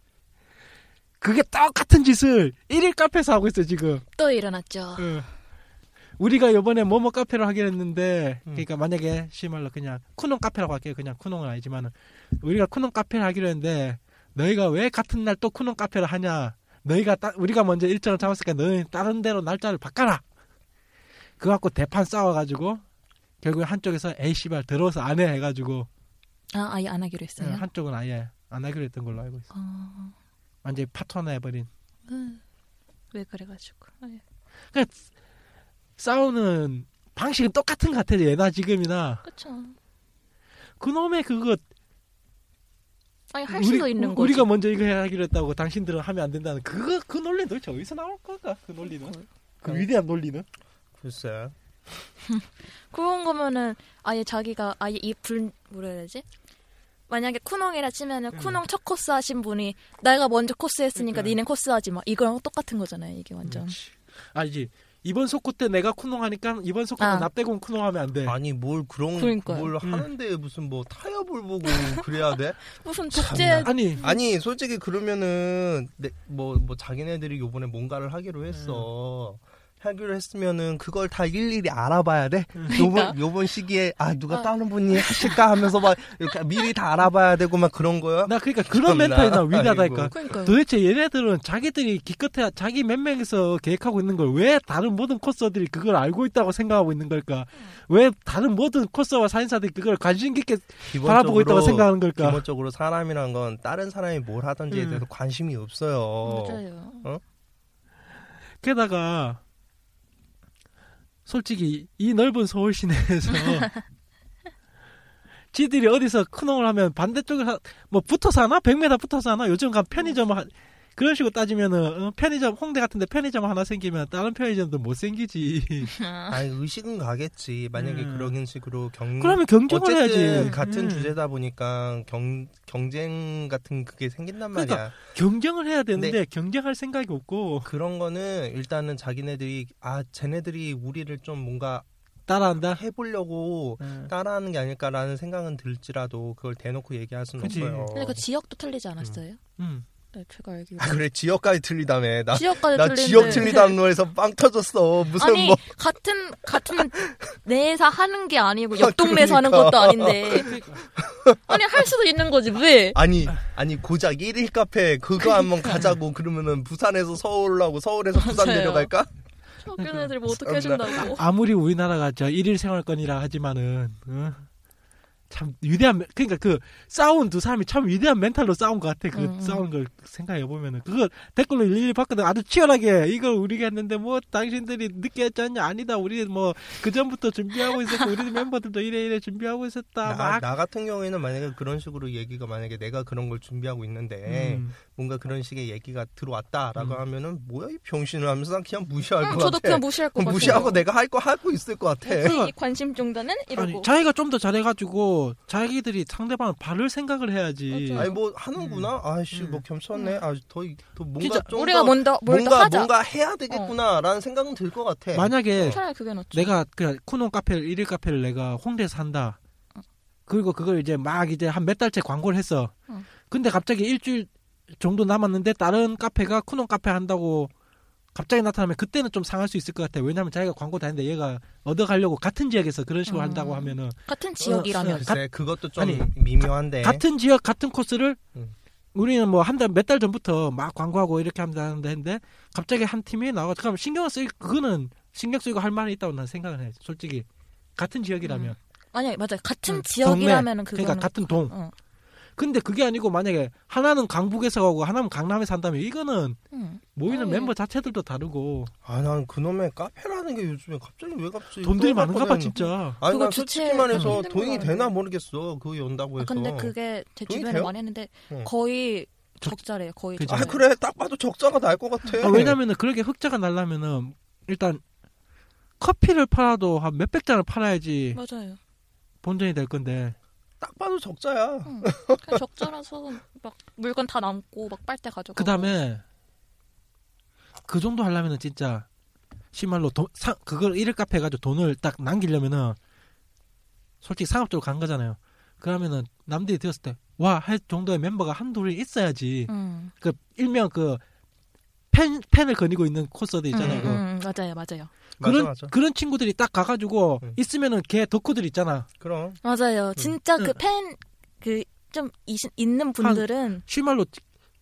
Speaker 2: 그게 똑같은 짓을 일일 카페에서 하고 있어 지금
Speaker 4: 또 일어났죠.
Speaker 2: 어. 우리가 요번에 뭐뭐 카페로 하기로 했는데
Speaker 3: 음.
Speaker 2: 그러니까 만약에 시말로 그냥 쿠농 카페라고 할게요 그냥 쿠농은 아니지만은 우리가 쿠농 카페를 하기로 했는데 너희가 왜 같은 날 또 쿠농 카페를 하냐 너희가 따- 우리가 먼저 일정을 잡았으니까 너희 다른 데로 날짜를 바꿔라 그거 갖고 대판 싸워가지고 결국에 한쪽에서 에이 씨발 들어서 안 해 해가지고 네,
Speaker 4: 아 아예 안 하기로 했어요.
Speaker 2: 한쪽은 아예 안 하기로 했던 걸로 알고 있어
Speaker 4: 어,
Speaker 2: 완전히 파토나 해버린
Speaker 4: 으, 네. 왜 그래가지고. 아유. 예,
Speaker 2: 싸우는 방식은 똑같은 것 같아요 예나 지금이나
Speaker 4: 그쵸.
Speaker 2: 그놈의 그거
Speaker 4: 아니 할 수도 있는 거지.
Speaker 2: 우리가 먼저 이거 하기로 했다고 당신들은 하면 안 된다는 그거 그 논리는 도대체 어디서 나올 걸까? 그 논리는 그 위대한 논리는
Speaker 3: 글쎄.
Speaker 4: 그런 거면은 아예 자기가 아예 이불 뭐라 해야 되지? 만약에 쿠농이라 치면은
Speaker 2: 네.
Speaker 4: 쿠농 첫 코스 하신 분이 내가 먼저 코스 했으니까
Speaker 2: 그러니까.
Speaker 4: 니네 코스 하지 마. 이거랑 똑같은 거잖아요. 이게 완전.
Speaker 2: 네. 아니지 이번 속고 때 내가 쿠농하니까 이번 속고 때
Speaker 4: 아.
Speaker 2: 나 빼고 쿠농하면 안 돼.
Speaker 3: 아니 뭘 그런
Speaker 4: 그러니까요.
Speaker 3: 뭘 하는데 무슨 뭐 타협을 보고 그래야 돼?
Speaker 4: 무슨 독재
Speaker 2: 아니
Speaker 3: 아니 솔직히 그러면은 뭐 뭐 자기네들이 요번에 뭔가를 하기로 했어.
Speaker 2: 음.
Speaker 3: 하기로 했으면은 그걸 다 일일이 알아봐야 돼.
Speaker 2: 음.
Speaker 3: 요번 요번 시기에 아 누가
Speaker 4: 아.
Speaker 3: 다른 분이 하실까 하면서 막 이렇게 미리 다 알아봐야 되고 막 그런 거야.
Speaker 2: 나 그러니까 그런 멘탈이 나 위대하다니까.
Speaker 3: 아이고.
Speaker 4: 그러니까요.
Speaker 2: 도대체 얘네들은 자기들이 기껏해야 자기 몇 명에서 계획하고 있는 걸 왜 다른 모든 코스들이 그걸 알고 있다고 생각하고 있는 걸까? 왜 다른 모든 코스와 사인사들이 그걸 관심 깊게 바라보고 있다고 생각하는 걸까?
Speaker 3: 기본적으로 사람이란 건 다른 사람이 뭘 하든지에
Speaker 2: 음.
Speaker 3: 대해서 관심이 없어요.
Speaker 4: 맞아요.
Speaker 2: 게다가 솔직히 이 넓은 서울 시내에서 지들이 어디서 큰홍을 하면 반대쪽을 하- 뭐 붙어서 하나 100m 붙어서 하나 요즘 간 편의점 하- 그런 식으로 따지면은 어, 편의점 홍대 같은데 편의점 하나 생기면 다른 편의점도 못 생기지
Speaker 3: 음, 아니 의식은 가겠지. 만약에
Speaker 2: 음.
Speaker 3: 그런 식으로 경
Speaker 2: 그러면 경쟁을
Speaker 3: 어쨌든
Speaker 2: 해야지
Speaker 3: 같은
Speaker 2: 음.
Speaker 3: 주제다 보니까 경 경쟁 같은 그게 생긴단 말이야.
Speaker 2: 그러니까 경쟁을 해야 되는데
Speaker 3: 네.
Speaker 2: 경쟁할 생각이 없고
Speaker 3: 그런 거는 일단은 자기네들이 아 쟤네들이 우리를 좀 뭔가
Speaker 2: 따라한다
Speaker 3: 해보려고 따라하는 게 아닐까라는 생각은 들지라도 그걸 대놓고 얘기할 수는
Speaker 2: 그치.
Speaker 3: 없어요.
Speaker 4: 근데 그 지역도 틀리지 않았어요?
Speaker 2: 음.
Speaker 4: 네, 제가 알기로.
Speaker 3: 아, 그래 지역까지 틀리다며 나.
Speaker 4: 지역까지
Speaker 3: 나
Speaker 4: 틀리는데.
Speaker 3: 지역 틀리다는 거에서 빵 터졌어. 무슨
Speaker 4: 아니
Speaker 3: 뭐
Speaker 4: 같은 같은 내에서 하는 게 아니고 옆
Speaker 3: 아,
Speaker 4: 동네에서 하는
Speaker 3: 그러니까.
Speaker 4: 것도 아닌데 아니 할 수도 있는 거지 왜?
Speaker 3: 아니 아니 고작 1일 카페 그거 한번 가자고 그러면은 부산에서 서울 하고 서울에서 부산
Speaker 4: 그러니까. 맞아요.
Speaker 3: 내려갈까?
Speaker 4: 학교 애들이 뭐 어떻게 해준다고?
Speaker 2: 아무리 우리나라가 저 일일 생활권이라 하지만은 어? 참 위대한 멘- 그러니까 그 싸운 두 사람이 참 위대한 멘탈로 싸운 것 같아 그
Speaker 4: 음, 음.
Speaker 2: 싸운 걸 생각해 보면은 그거 댓글로 일일이 봤거든 아주 치열하게 이걸 우리가 했는데 뭐 당신들이 늦게 했잖냐 아니다 우리 뭐 그 전부터 준비하고 있었고 우리 멤버들도 이래 이래 준비하고 있었다
Speaker 3: 나,
Speaker 2: 막
Speaker 3: 나 같은 경우에는 만약에 그런 식으로 얘기가 만약에 내가 그런 걸 준비하고 있는데
Speaker 2: 음.
Speaker 3: 뭔가 그런 식의 얘기가 들어왔다라고 하면은 뭐야 이 병신을 하면서 난 그냥 무시할
Speaker 4: 응,
Speaker 3: 것
Speaker 4: 음, 저도
Speaker 3: 같아.
Speaker 4: 그냥 무시할 것 음.
Speaker 3: 그럼
Speaker 4: 같아요.
Speaker 3: 무시하고 내가 할 거 하고 있을 것 같아.
Speaker 4: 이 관심 정도는 이러고
Speaker 2: 아니 자기가 좀 더 잘해가지고 하고 자기들이 상대방을 바를 생각을 해야지.
Speaker 4: 그렇죠.
Speaker 3: 아니 뭐 하는구나. 아씨
Speaker 2: 음.
Speaker 3: 뭐 겸손네. 아더 더 뭔가
Speaker 2: 진짜
Speaker 3: 좀
Speaker 4: 우리가
Speaker 3: 더
Speaker 4: 뭔가 뭘더
Speaker 3: 뭔가
Speaker 4: 하자.
Speaker 3: 뭔가 해야 되겠구나라는 생각은 들 것 같아. 어.
Speaker 2: 만약에
Speaker 4: 차라리 그게 낫죠.
Speaker 2: 내가 그냥 쿠농 카페를 일일 카페를 내가 홍대에서 한다. 그리고 그걸 이제 막 이제 한 몇 달째 광고를 했어.
Speaker 4: 어.
Speaker 2: 근데 갑자기 일주일 정도 남았는데 다른 카페가 쿠농 카페 한다고 갑자기 나타나면 그때는 좀 상할 수 있을 것 같아. 왜냐하면 자기가 광고 다했는데 얘가 얻어가려고 같은 지역에서 그런 식으로
Speaker 4: 음.
Speaker 2: 한다고 하면은
Speaker 3: 어,
Speaker 4: 같은 지역이라면
Speaker 3: 글쎄 그것도 좀
Speaker 2: 아니,
Speaker 3: 미묘한데.
Speaker 2: 같은 지역 같은 코스를
Speaker 3: 네. 음.
Speaker 2: 우리는 뭐 한 달 몇 달 전부터 막 광고하고 이렇게 한다는데 했는데 갑자기 한 팀이 나와 그럼 신경 쓰이 그거는 신경 쓰이고 할 만이 있다고 난 생각을 해. 솔직히 같은 지역이라면.
Speaker 4: 만약에 맞아 같은
Speaker 2: 응,
Speaker 4: 지역이라면은 그거는
Speaker 2: 그러니까 같은 동.
Speaker 4: 어.
Speaker 2: 근데 그게 아니고 만약에 하나는 강북에서 가고 하나는 강남에서 한다면 이거는
Speaker 4: 응.
Speaker 2: 모이는
Speaker 4: 아니. 예.
Speaker 2: 멤버 자체들도 다르고
Speaker 3: 아 난 그놈의 카페라는 게 요즘에 갑자기 왜 갑자기
Speaker 2: 돈들이
Speaker 3: 또
Speaker 2: 많은가 봐
Speaker 3: 카페라는-
Speaker 2: 진짜.
Speaker 3: 아니
Speaker 4: 그거
Speaker 3: 난 솔직히
Speaker 4: 주최-
Speaker 3: 말해서
Speaker 4: 응.
Speaker 3: 돈이 되나 모르겠어. 그거 연다고
Speaker 4: 아,
Speaker 3: 해서.
Speaker 4: 근데 그게 제
Speaker 3: 돈이
Speaker 4: 주변에
Speaker 3: 돼요?
Speaker 4: 많이 했는데
Speaker 3: 응.
Speaker 4: 거의 적자래요. 거의
Speaker 2: 그죠.
Speaker 3: 아
Speaker 4: 적자.
Speaker 3: 그래 딱 봐도 적자가 날 것 같아.
Speaker 2: 아, 왜냐면은 그렇게 흑자가 날라면은 일단 커피를 팔아도 한 몇백 잔을 팔아야지
Speaker 4: 맞아요.
Speaker 2: 본전이 될 건데
Speaker 3: 딱 봐도 적자야.
Speaker 4: 응. 그냥 적자라서 막 물건 다 남고 막 빨대 가져가고.
Speaker 2: 그 다음에 그 정도 하려면은 진짜 시말로 돈, 사, 그걸 일일 카페 가지고 돈을 딱 남기려면은 솔직히 상업적으로 간 거잖아요. 그러면은 남들이 들었을 때 와 할 정도의 멤버가 한둘이 있어야지.
Speaker 4: 응.
Speaker 2: 그 일명 그펜 펜을 거니고 있는 콘서트 있잖아요.
Speaker 4: 응,
Speaker 2: 그.
Speaker 4: 응, 맞아요, 맞아요.
Speaker 2: 그런
Speaker 3: 맞아 맞아.
Speaker 2: 그런 친구들이 딱 가가지고
Speaker 3: 음.
Speaker 2: 있으면은 걔 덕후들 있잖아.
Speaker 3: 그럼
Speaker 4: 맞아요. 진짜 그
Speaker 2: 응.
Speaker 4: 그팬그좀 있는 분들은
Speaker 2: 실말로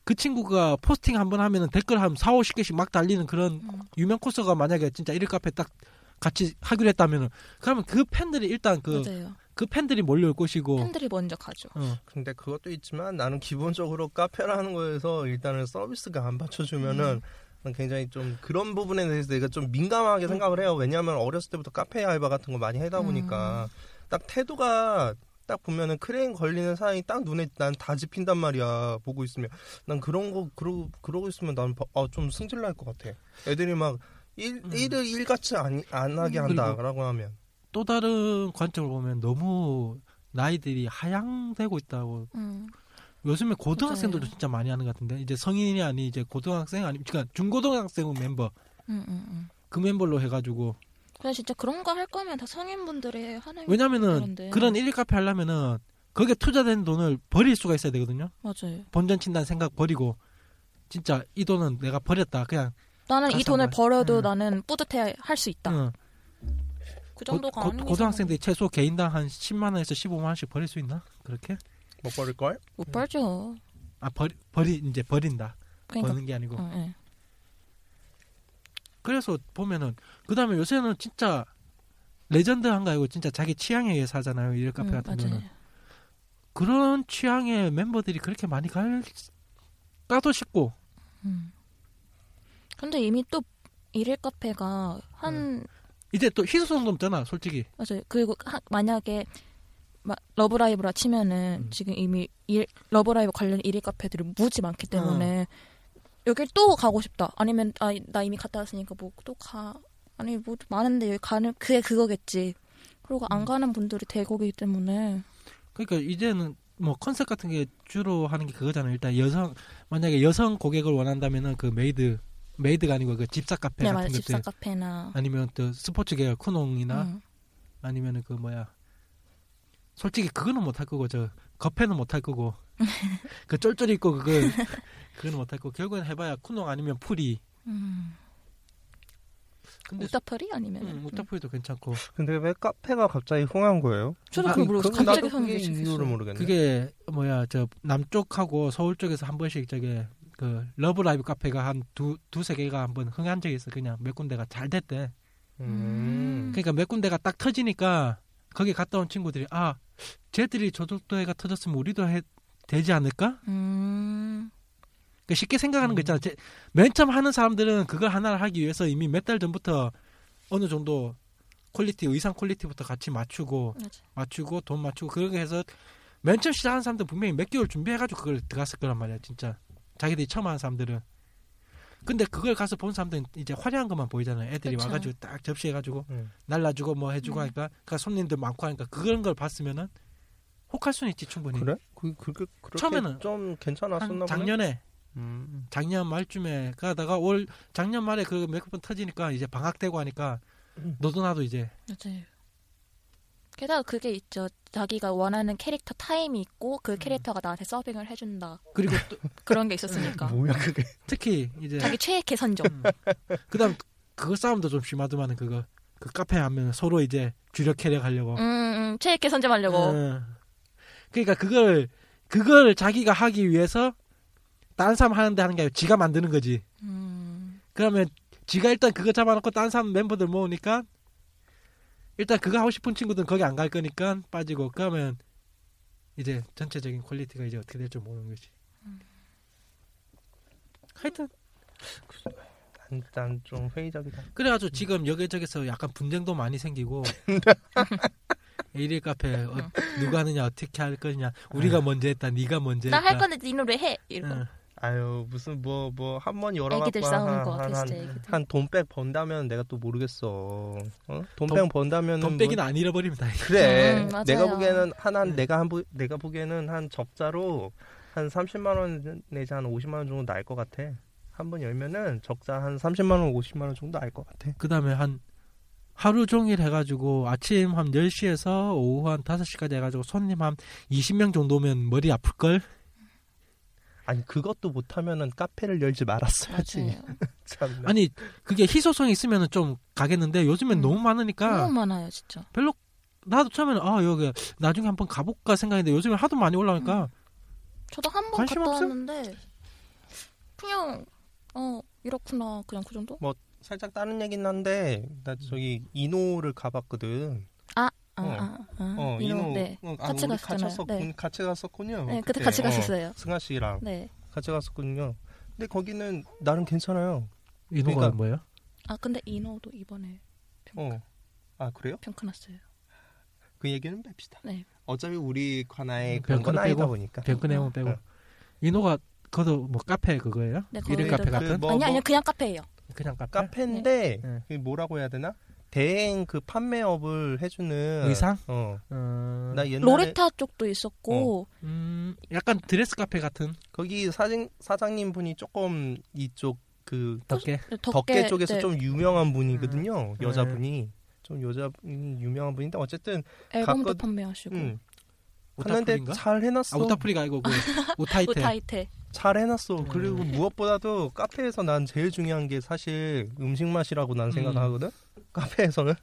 Speaker 2: 그 친구가 포스팅 한 번 하면은 댓글 한 4, 50개씩 막 달리는 그런
Speaker 4: 음.
Speaker 2: 유명 코스가 만약에 진짜 일일 카페 딱 같이 하기로 했다면은 그러면 그 팬들이 일단 그 그
Speaker 4: 맞아요.
Speaker 2: 팬들이 몰려올 것이고
Speaker 4: 팬들이 먼저 가죠.
Speaker 2: 어.
Speaker 3: 근데 그것도 있지만 나는 기본적으로 카페라는 거에서 일단은 서비스가 안 받쳐주면은 난 굉장히 좀 그런 부분에 대해서 내가 좀 민감하게 생각을 해요. 왜냐하면 어렸을 때부터 카페 알바 같은 거 많이 하다 보니까 딱 태도가 딱 보면은 크레인 걸리는 사람이 딱 눈에 난 다 집힌단 말이야 보고 있으면 난 그런 거 그러, 그러고 있으면 난좀 승질 날 것 같아 애들이 막 일, 일을 일같이 안, 안 하게
Speaker 2: 음.
Speaker 3: 한다라고 하면
Speaker 2: 또 다른 관점으로 보면 너무 나이들이 하향되고 있다고
Speaker 4: 응.
Speaker 2: 요즘에 고등학생들도
Speaker 4: 맞아요.
Speaker 2: 진짜 많이 하는 것 같은데 이제 성인이 아닌 이제 고등학생 아니 그러니까 중고등학생 멤버
Speaker 4: 응, 응, 응.
Speaker 2: 그 멤버로 해가지고
Speaker 4: 그냥 진짜 그런 거 할 거면 다 성인분들이 하는
Speaker 2: 왜냐면은
Speaker 4: 음, 그런데.
Speaker 2: 그런 일일 카페 하려면은 거기에 투자된 돈을 버릴 수가 있어야 되거든요.
Speaker 4: 맞아요.
Speaker 2: 본전 친다는 생각 버리고 진짜 이 돈은 내가 버렸다 그냥
Speaker 4: 나는 이
Speaker 2: 가서
Speaker 4: 돈을
Speaker 2: 말-
Speaker 4: 벌어도
Speaker 2: 응.
Speaker 4: 나는 뿌듯해 할 수 있다.
Speaker 2: 응.
Speaker 4: 그 정도가
Speaker 2: 고,
Speaker 4: 아닌
Speaker 2: 고, 등학생들이 최소 개인당 한 10만 원에서 15만 원씩 버릴 수 있나? 그렇게?
Speaker 3: 못 버릴 걸
Speaker 4: 이상은 못 벌죠.
Speaker 2: 아 버리, 버리 이제 버린다.
Speaker 4: 그러니까
Speaker 2: 버는 게 아니고.
Speaker 4: 응, 응.
Speaker 2: 그래서 보면은 그다음에 요새는 진짜 레전드한 거 아니고 진짜 자기 취향에 의해서 하잖아요. 일일 그 카페
Speaker 4: 응,
Speaker 2: 같은
Speaker 4: 음, 맞아요.
Speaker 2: 경우는. 그런 취향의 멤버들이 그렇게 많이 갈 까도 싶고
Speaker 4: 음. 근데 이미 또 일일 카페가
Speaker 2: 네.
Speaker 4: 한
Speaker 2: 이제 또 희소성도 없잖아 솔직히
Speaker 4: 맞아요. 그리고 하- 만약에 막 러브라이브라 치면은
Speaker 2: 음.
Speaker 4: 지금 이미 일, 러브라이브 관련 일일 카페들이 무지
Speaker 2: 아.
Speaker 4: 많기 때문에 여길 또 가고 싶다. 아니면 아, 나 이미 갔다 왔으니까 뭐 또 가. 아니 뭐 많은데 여기 가는 그게 그거겠지. 그리고
Speaker 2: 음.
Speaker 4: 안 가는 분들이 대거기 때문에
Speaker 2: 그러니까 이제는 뭐 컨셉 같은 게 주로 하는 게 그거잖아요. 일단 여성 만약에 여성 고객을 원한다면은 그 메이드 메이드가 아니고 그 집사 카페
Speaker 4: 네 맞아
Speaker 2: 같은
Speaker 4: 요
Speaker 2: 것들
Speaker 4: 집사 카페나 음.
Speaker 2: 아니면 또 스포츠 계열 쿠농이나
Speaker 4: 응.
Speaker 2: 아니면은 그 뭐야 솔직히 그거는 못 할 거고 저 거패는 못 할 거고 그 쫄쫄이 있고 그거 그거는 못 할 거고 결국엔 해봐야 쿠농 아니면 풀이
Speaker 4: 음.
Speaker 2: 근데
Speaker 4: 우타퍼리 아니면
Speaker 2: 음, 우타풀이도 괜찮고
Speaker 3: 근데 왜 카페가 갑자기 흥한 거예요?
Speaker 4: 저도
Speaker 2: 아,
Speaker 4: 그걸 모르겠어.
Speaker 3: 그건
Speaker 4: 갑자기
Speaker 3: 나도
Speaker 4: 하는
Speaker 3: 그게
Speaker 4: 게
Speaker 3: 이유를 모르겠네.
Speaker 2: 그게 뭐야 저 남쪽하고 서울 쪽에서 한 번씩 저게 그 러브라이브 카페가 한 두 두세 개가 한 번 흥한 적이 있어 그냥 몇 군데가 잘 됐대
Speaker 3: 음.
Speaker 2: 그러니까 몇 군데가 딱 터지니까 거기 갔다 온 친구들이 아 쟤들이 저 정도가 터졌으면 우리도 해, 되지 않을까
Speaker 4: 음.
Speaker 2: 그러니까 쉽게 생각하는
Speaker 4: 네.
Speaker 2: 거 있잖아 쟤- 맨 처음 하는 사람들은 그걸 하나를 하기 위해서 이미 몇 달 전부터 어느 정도 퀄리티 의상 퀄리티부터 같이 맞추고
Speaker 4: 맞아.
Speaker 2: 맞추고 돈 맞추고 그렇게 해서 맨 처음 시작하는 사람들 분명히 몇 개월 준비해가지고 그걸 들어갔을 거란 말이야 진짜 자기들이 처음 하는 사람들은 근데 그걸 가서 본 사람들은 이제 화려한 것만 보이잖아요 애들이
Speaker 4: 그쵸.
Speaker 2: 와가지고 딱 접시해가지고
Speaker 3: 음.
Speaker 2: 날라주고 뭐 해주고
Speaker 4: 음.
Speaker 2: 하니까 그러니까 손님들 많고 하니까 그런 걸 봤으면은 혹할 수는 있지 충분히.
Speaker 3: 그래? 그 그렇게 그렇게
Speaker 2: 처음에는
Speaker 3: 좀
Speaker 2: 한
Speaker 3: 괜찮았었나 보네.
Speaker 2: 작년에
Speaker 3: 음.
Speaker 2: 작년 말쯤에 가다가 올 작년 말에 그 맥북폰 터지니까 이제 방학되고 하니까
Speaker 3: 음.
Speaker 2: 너도 나도 이제
Speaker 4: 맞아요. 게다가 그게 있죠. 자기가 원하는 캐릭터 타임이 있고 그 캐릭터가 나한테 서빙을 해준다.
Speaker 2: 그리고 또
Speaker 4: 그런 게 있었으니까.
Speaker 2: 그러니까.
Speaker 3: 뭐야 그게?
Speaker 2: 특히 이제
Speaker 4: 자기 최애 개선점.
Speaker 2: 음. 그다음 그거 싸움도 좀 심하더만은 그거 그 카페 하면 서로 이제 주력 캐릭 하려고.
Speaker 4: 음, 음, 최애 개선점 하려고.
Speaker 2: 음. 그러니까 그걸 그걸 자기가 하기 위해서 다른 사람 하는데 하는 게 아니고 지가 만드는 거지.
Speaker 4: 음.
Speaker 2: 그러면 지가 일단 그거 잡아놓고 다른 사람 멤버들 모으니까 일단 그거 하고 싶은 친구들은 거기 안 갈 거니까 빠지고 그러면 이제 전체적인 퀄리티가 이제 어떻게 될지 모르는 거지. 하여튼
Speaker 3: 일단 좀 회의적이다.
Speaker 2: 그래가지고 지금 여기저기서 약간 분쟁도 많이 생기고 에이리 카페 어, 누가 하느냐 어떻게 할 거냐 우리가 먼저 했다 네가 음, 먼저 했다 어,
Speaker 4: 나 할 건데 니는 왜 해? 이런 거.
Speaker 2: 응.
Speaker 3: 아유 무슨 뭐 뭐 한 번 열어
Speaker 4: 애기들
Speaker 3: 갖고
Speaker 4: 싸우는 거 같아 진짜
Speaker 3: 한한
Speaker 4: 애기들.
Speaker 3: 돈백 번다면 내가 또 모르겠어. 어?
Speaker 2: 돈-
Speaker 3: 돈백 번다면
Speaker 2: 덤백이는 안 잃어버립니다.
Speaker 3: 그래.
Speaker 4: 음, 맞아요.
Speaker 3: 내가 보기에는 한 한
Speaker 2: 네.
Speaker 3: 내가 한 부- 내가 보기에는 한 적자로 한 30만 원 내지 한 50만 원 정도 날 것 같아. 한 번 열면은 적자 한 30만 원, 50만 원 정도 날 것 같아.
Speaker 2: 그 다음에 한 하루 종일 해가지고 아침 한 10시에서 오후 한 5시까지 해가지고 손님 한 20명 정도 오면 머리 아플걸?
Speaker 3: 네. 아니 그것도 못하면은 카페를 열지 말았어야지.
Speaker 4: 맞아요.
Speaker 3: 참나.
Speaker 2: 아니 그게 희소성이 있으면 좀 가겠는데 요즘엔
Speaker 4: 음.
Speaker 2: 너무 많으니까
Speaker 4: 너무 많아요 진짜.
Speaker 2: 별로 나도 처음에는 아 여기 나중에 한번 가볼까 생각했는데 요즘에 하도 많이 올라오니까
Speaker 4: 저도 한 번
Speaker 2: 관심
Speaker 4: 갔다
Speaker 2: 없음?
Speaker 4: 왔는데 그냥 어 이렇구나 그냥 그 정도.
Speaker 3: 살짝 다른 얘긴 한데 나 저기 이노를 가봤거든.
Speaker 4: 아,
Speaker 3: 어.
Speaker 4: 아, 아.
Speaker 3: 어
Speaker 4: 이런-
Speaker 3: 이노.
Speaker 4: 네.
Speaker 3: 어, 아,
Speaker 4: 같이
Speaker 3: 우리
Speaker 4: 갔었잖아요.
Speaker 3: 갔었군-
Speaker 4: 네.
Speaker 3: 같이 갔었군요.
Speaker 4: 네, 그때 같이
Speaker 3: 어,
Speaker 4: 갔었어요.
Speaker 3: 승아 씨랑
Speaker 4: 네.
Speaker 3: 같이 갔었군요. 근데 거기는 나름 괜찮아요.
Speaker 4: 음.
Speaker 2: 이노가
Speaker 3: 그러니까-
Speaker 2: 뭐예요?
Speaker 4: 아 근데 이노도 이번에
Speaker 3: 어. 아 그래요?
Speaker 4: 평가났어요.
Speaker 3: 그 얘기는 뺍시다.
Speaker 4: 네.
Speaker 3: 어차피 우리 관아의
Speaker 2: 그런
Speaker 3: 그런 건
Speaker 2: 건
Speaker 3: 아니다
Speaker 2: 음, 빼고.
Speaker 3: 보니까.
Speaker 4: 음.
Speaker 2: 병근해원 빼고
Speaker 3: 어.
Speaker 2: 이노가 그것도 뭐 카페 그거예요?
Speaker 4: 네, 거기도
Speaker 2: 이름 카페
Speaker 4: 그
Speaker 2: 같은?
Speaker 3: 뭐,
Speaker 4: 아니 아니
Speaker 3: 뭐
Speaker 4: 그냥 카페예요.
Speaker 2: 그냥 카페?
Speaker 3: 카페인데
Speaker 2: 네.
Speaker 3: 그 뭐라고 해야 되나? 대행 그 판매업을 해주는
Speaker 2: 의상?
Speaker 3: 어.
Speaker 2: 어,
Speaker 3: 나 옛날에 어.
Speaker 4: 로레타 쪽도 있었고
Speaker 2: 음, 약간 드레스 카페
Speaker 4: 어,
Speaker 2: 같은
Speaker 3: 거기 사장 사장님 분이 조금 이쪽 그
Speaker 2: 덕계
Speaker 3: 덕계,
Speaker 4: 덕계
Speaker 3: 쪽에서
Speaker 4: 네,
Speaker 3: 좀 유명한 분이거든요.
Speaker 2: 네.
Speaker 3: 여자분이 좀 여자분이 유명한 분인데 어쨌든
Speaker 4: 앨범도
Speaker 3: 가끔-
Speaker 4: 판매하시고
Speaker 3: 음. 하는데
Speaker 2: 오타풀인가?
Speaker 3: 잘 해놨어.
Speaker 2: 아, 오타풀이가 아니고 그 오타이테.
Speaker 4: 오타이테
Speaker 3: 잘 해놨어. 그리고
Speaker 2: 음.
Speaker 3: 무엇보다도 카페에서 난 제일 중요한 게 사실 음식 맛이라고 난
Speaker 2: 음.
Speaker 3: 생각하거든. 카페에서는.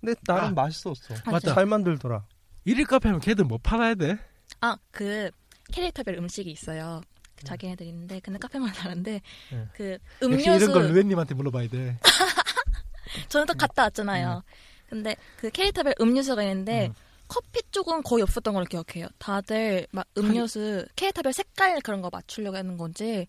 Speaker 3: 근데
Speaker 2: 아.
Speaker 3: 나름 맛있었어.
Speaker 2: 맞다.
Speaker 3: 잘 만들더라.
Speaker 2: 일일 카페면 걔들 뭐 팔아야 돼?
Speaker 4: 아그 캐릭터별 음식이 있어요. 그
Speaker 3: 음.
Speaker 4: 자기네들 있는데 근데 카페만 다른데
Speaker 2: 네.
Speaker 4: 그
Speaker 2: 역시 이런 걸
Speaker 4: 음료수
Speaker 2: 루엔님한테 물어봐야 돼.
Speaker 4: 저는 또 갔다 왔잖아요.
Speaker 3: 음.
Speaker 4: 근데 그 캐릭터별 음료수가 있는데
Speaker 2: 음.
Speaker 4: 커피 쪽은 거의 없었던 걸로 기억해요. 다들 막 음료수 캐릭터별 색깔 그런 거 맞추려고 하는 건지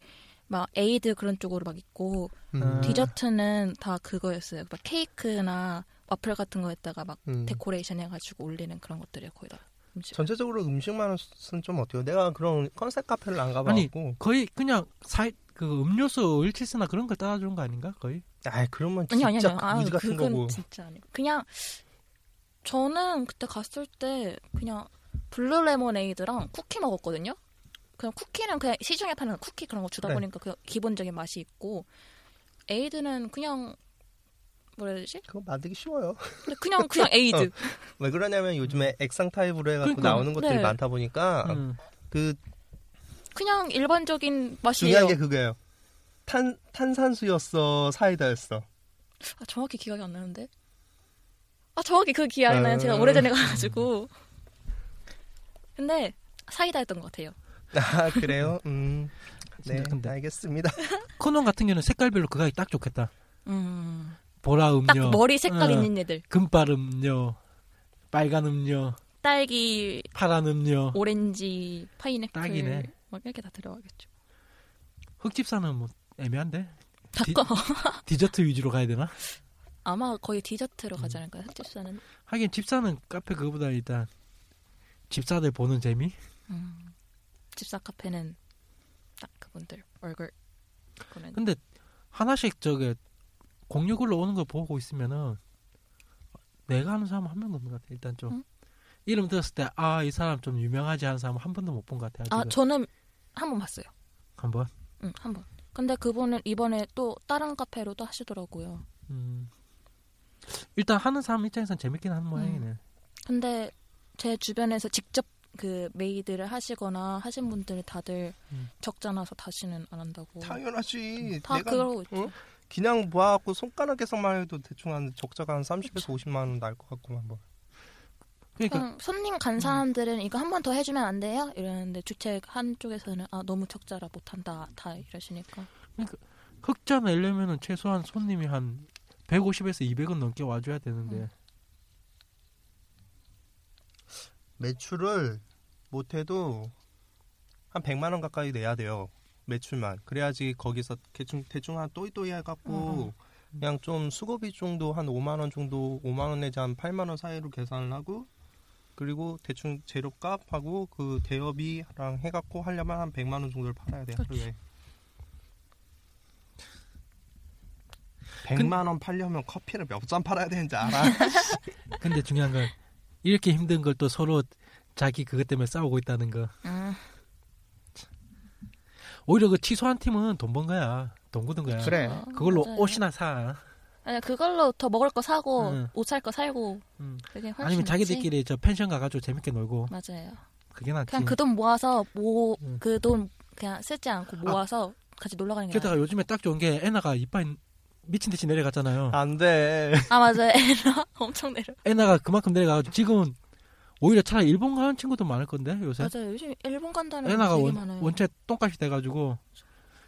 Speaker 4: 막 에이드 그런 쪽으로 막 있고
Speaker 2: 음.
Speaker 4: 디저트는 다 그거였어요. 막 케이크나 와플 같은 거에다가 막
Speaker 3: 음.
Speaker 4: 데코레이션 해가지고 올리는 그런 것들이 거의 다 음식.
Speaker 3: 전체적으로 음식 맛은 좀 어때요? 내가 그런 컨셉 카페를 안 가봐갖고.
Speaker 2: 거의 그냥 사, 그 음료수 일치스나 그런 걸 따라주는 거 아닌가? 거의?
Speaker 3: 아, 그러면
Speaker 4: 아니
Speaker 3: 진짜
Speaker 4: 아니 아니. 아,
Speaker 3: 무지 같은
Speaker 4: 그건
Speaker 3: 거고.
Speaker 4: 진짜 아니고 그냥 저는 그때 갔을 때 그냥 블루 레모네이드랑 쿠키 먹었거든요. 그냥 쿠키는 그냥 시중에 파는 쿠키 그런 거 주다
Speaker 3: 네.
Speaker 4: 보니까 그 기본적인 맛이 있고 에이드는 그냥 뭐라 해야 되지?
Speaker 3: 그거 만들기 쉬워요.
Speaker 4: 근데 그냥 그냥 에이드.
Speaker 3: 어. 왜 그러냐면 요즘에 액상 타입으로 해갖고
Speaker 2: 그러니까,
Speaker 3: 나오는 것들이
Speaker 4: 네.
Speaker 3: 많다 보니까
Speaker 2: 음.
Speaker 3: 그
Speaker 4: 그냥 일반적인 맛이에요.
Speaker 3: 중요한 게 그거예요. 탄 탄산수였어, 사이다였어.
Speaker 4: 아, 정확히 기억이 안 나는데. 아, 정확히 그 기억이 나요.
Speaker 3: 아.
Speaker 4: 제가 오래전에 가가지고. 근데 사이다였던 것 같아요.
Speaker 3: 아 그래요? 음. 네,
Speaker 2: 진짜 근데.
Speaker 3: 알겠습니다.
Speaker 2: 코논 같은 경우는 색깔별로 그거 딱 좋겠다.
Speaker 4: 음.
Speaker 2: 보라
Speaker 4: 딱
Speaker 2: 음료,
Speaker 4: 머리 색깔
Speaker 2: 어.
Speaker 4: 있는 애들.
Speaker 2: 금발 음료, 빨간 음료,
Speaker 4: 딸기,
Speaker 2: 파란 음료.
Speaker 4: 오렌지, 파인애플.
Speaker 2: 딱이네.
Speaker 4: 막 이렇게 다 들어가겠죠.
Speaker 2: 흑집사는 뭐 애매한데?
Speaker 4: 다
Speaker 2: 디-
Speaker 4: 꺼.
Speaker 2: 디저트 위주로 가야 되나?
Speaker 4: 아마 거의 디저트로 가지 않을까요? 흑집사는.
Speaker 2: 하긴 집사는 카페 그거보다 일단 집사들 보는 재미?
Speaker 4: 음. 집사 카페는 딱 그분들 얼굴. 보는.
Speaker 2: 근데 하나씩 저게 공유글로 오는 걸 보고 있으면은 내가 아는 사람 한 명도 없는 것 같아. 일단 좀
Speaker 4: 응?
Speaker 2: 이름 들었을 때 아 이 사람 좀 유명하지 않은 사람 한 번도 못 본 것 같아요.
Speaker 4: 아
Speaker 2: 지금.
Speaker 4: 저는 한 번 봤어요.
Speaker 2: 한번.
Speaker 4: 응, 한 번. 근데 그분은 이번에 또 다른 카페로 또 하시더라고요.
Speaker 2: 음. 일단 하는 사람 입장에선 재밌긴 한 모양이네.
Speaker 4: 근데 제 주변에서 직접 그 메이드를 하시거나 하신 분들은 다들
Speaker 2: 음.
Speaker 4: 적잖아서 다시는 안 한다고.
Speaker 3: 당연하지.
Speaker 4: 다 그러고 있죠.
Speaker 3: 어? 그냥 봐갖고 손가락 계산만 해도 대충 한 적자가 한 30에서 50만 원 날 것 같구만 뭐.
Speaker 2: 그러니까
Speaker 4: 그냥 손님 간 사람들은 이거 한 번 더 해주면 안 돼요? 이러는데 주최 한쪽에서는 아 너무 적자라 못한다 다 이러시니까
Speaker 2: 흑자 내려면은 최소한 손님이 한 150에서 200은 넘게 와줘야 되는데
Speaker 3: 매출을 못해도 한 100만 원 가까이 내야 돼요. 매출만. 그래야지 거기서 대충 대충 한 또이또이
Speaker 5: 어,
Speaker 3: 해갖고 그냥 좀 수고비 정도 한 5만 원 정도 5만 원 내지 한 8만 원 사이로 계산을 하고 그리고 대충 재료값하고 그 대여비랑 해갖고 하려면 한 100만 원 정도를 팔아야 돼요.
Speaker 5: 그렇죠.
Speaker 3: 하루에. 100만 원 팔려면 커피를 몇 잔 팔아야 되는지 알아?
Speaker 2: 근데 중요한 건 이렇게 힘든 걸 또 서로 자기 그것 때문에 싸우고 있다는 거.
Speaker 4: 음,
Speaker 2: 오히려 그 취소한 팀은 돈 번 거야. 돈 굳은 거야.
Speaker 5: 그래.
Speaker 4: 아,
Speaker 2: 네, 그걸로
Speaker 4: 맞아요.
Speaker 2: 옷이나 사.
Speaker 4: 아니 그걸로 더 먹을 거 사고
Speaker 2: 응.
Speaker 4: 옷 살 거 살고
Speaker 2: 음.
Speaker 4: 그게 훨씬
Speaker 2: 아니면
Speaker 4: 낫지.
Speaker 2: 자기들끼리 저 펜션 가가지고 재밌게 놀고
Speaker 4: 맞아요
Speaker 2: 그게 낫지.
Speaker 4: 그냥 그 돈 모아서 모
Speaker 2: 응.
Speaker 4: 그 돈 그냥 쓰지 않고 모아서 같이 놀러 가는 게 나아요
Speaker 2: 게다가 요즘에 딱 좋은 게 애나가 이빨 미친 듯이 내려갔잖아요.
Speaker 3: 안 돼.
Speaker 4: 아 맞아요 에라 엄청 내려
Speaker 2: 애나가 그만큼 내려가가지고 지금은 오히려 차라리 일본 가는 친구도 많을 건데
Speaker 3: 네?
Speaker 2: 요새.
Speaker 4: 맞아요 요즘 일본 간다는 애
Speaker 2: 애나가
Speaker 4: 되게
Speaker 2: 원,
Speaker 4: 많아요 그렇죠.
Speaker 2: 원체 똥값이 돼가지고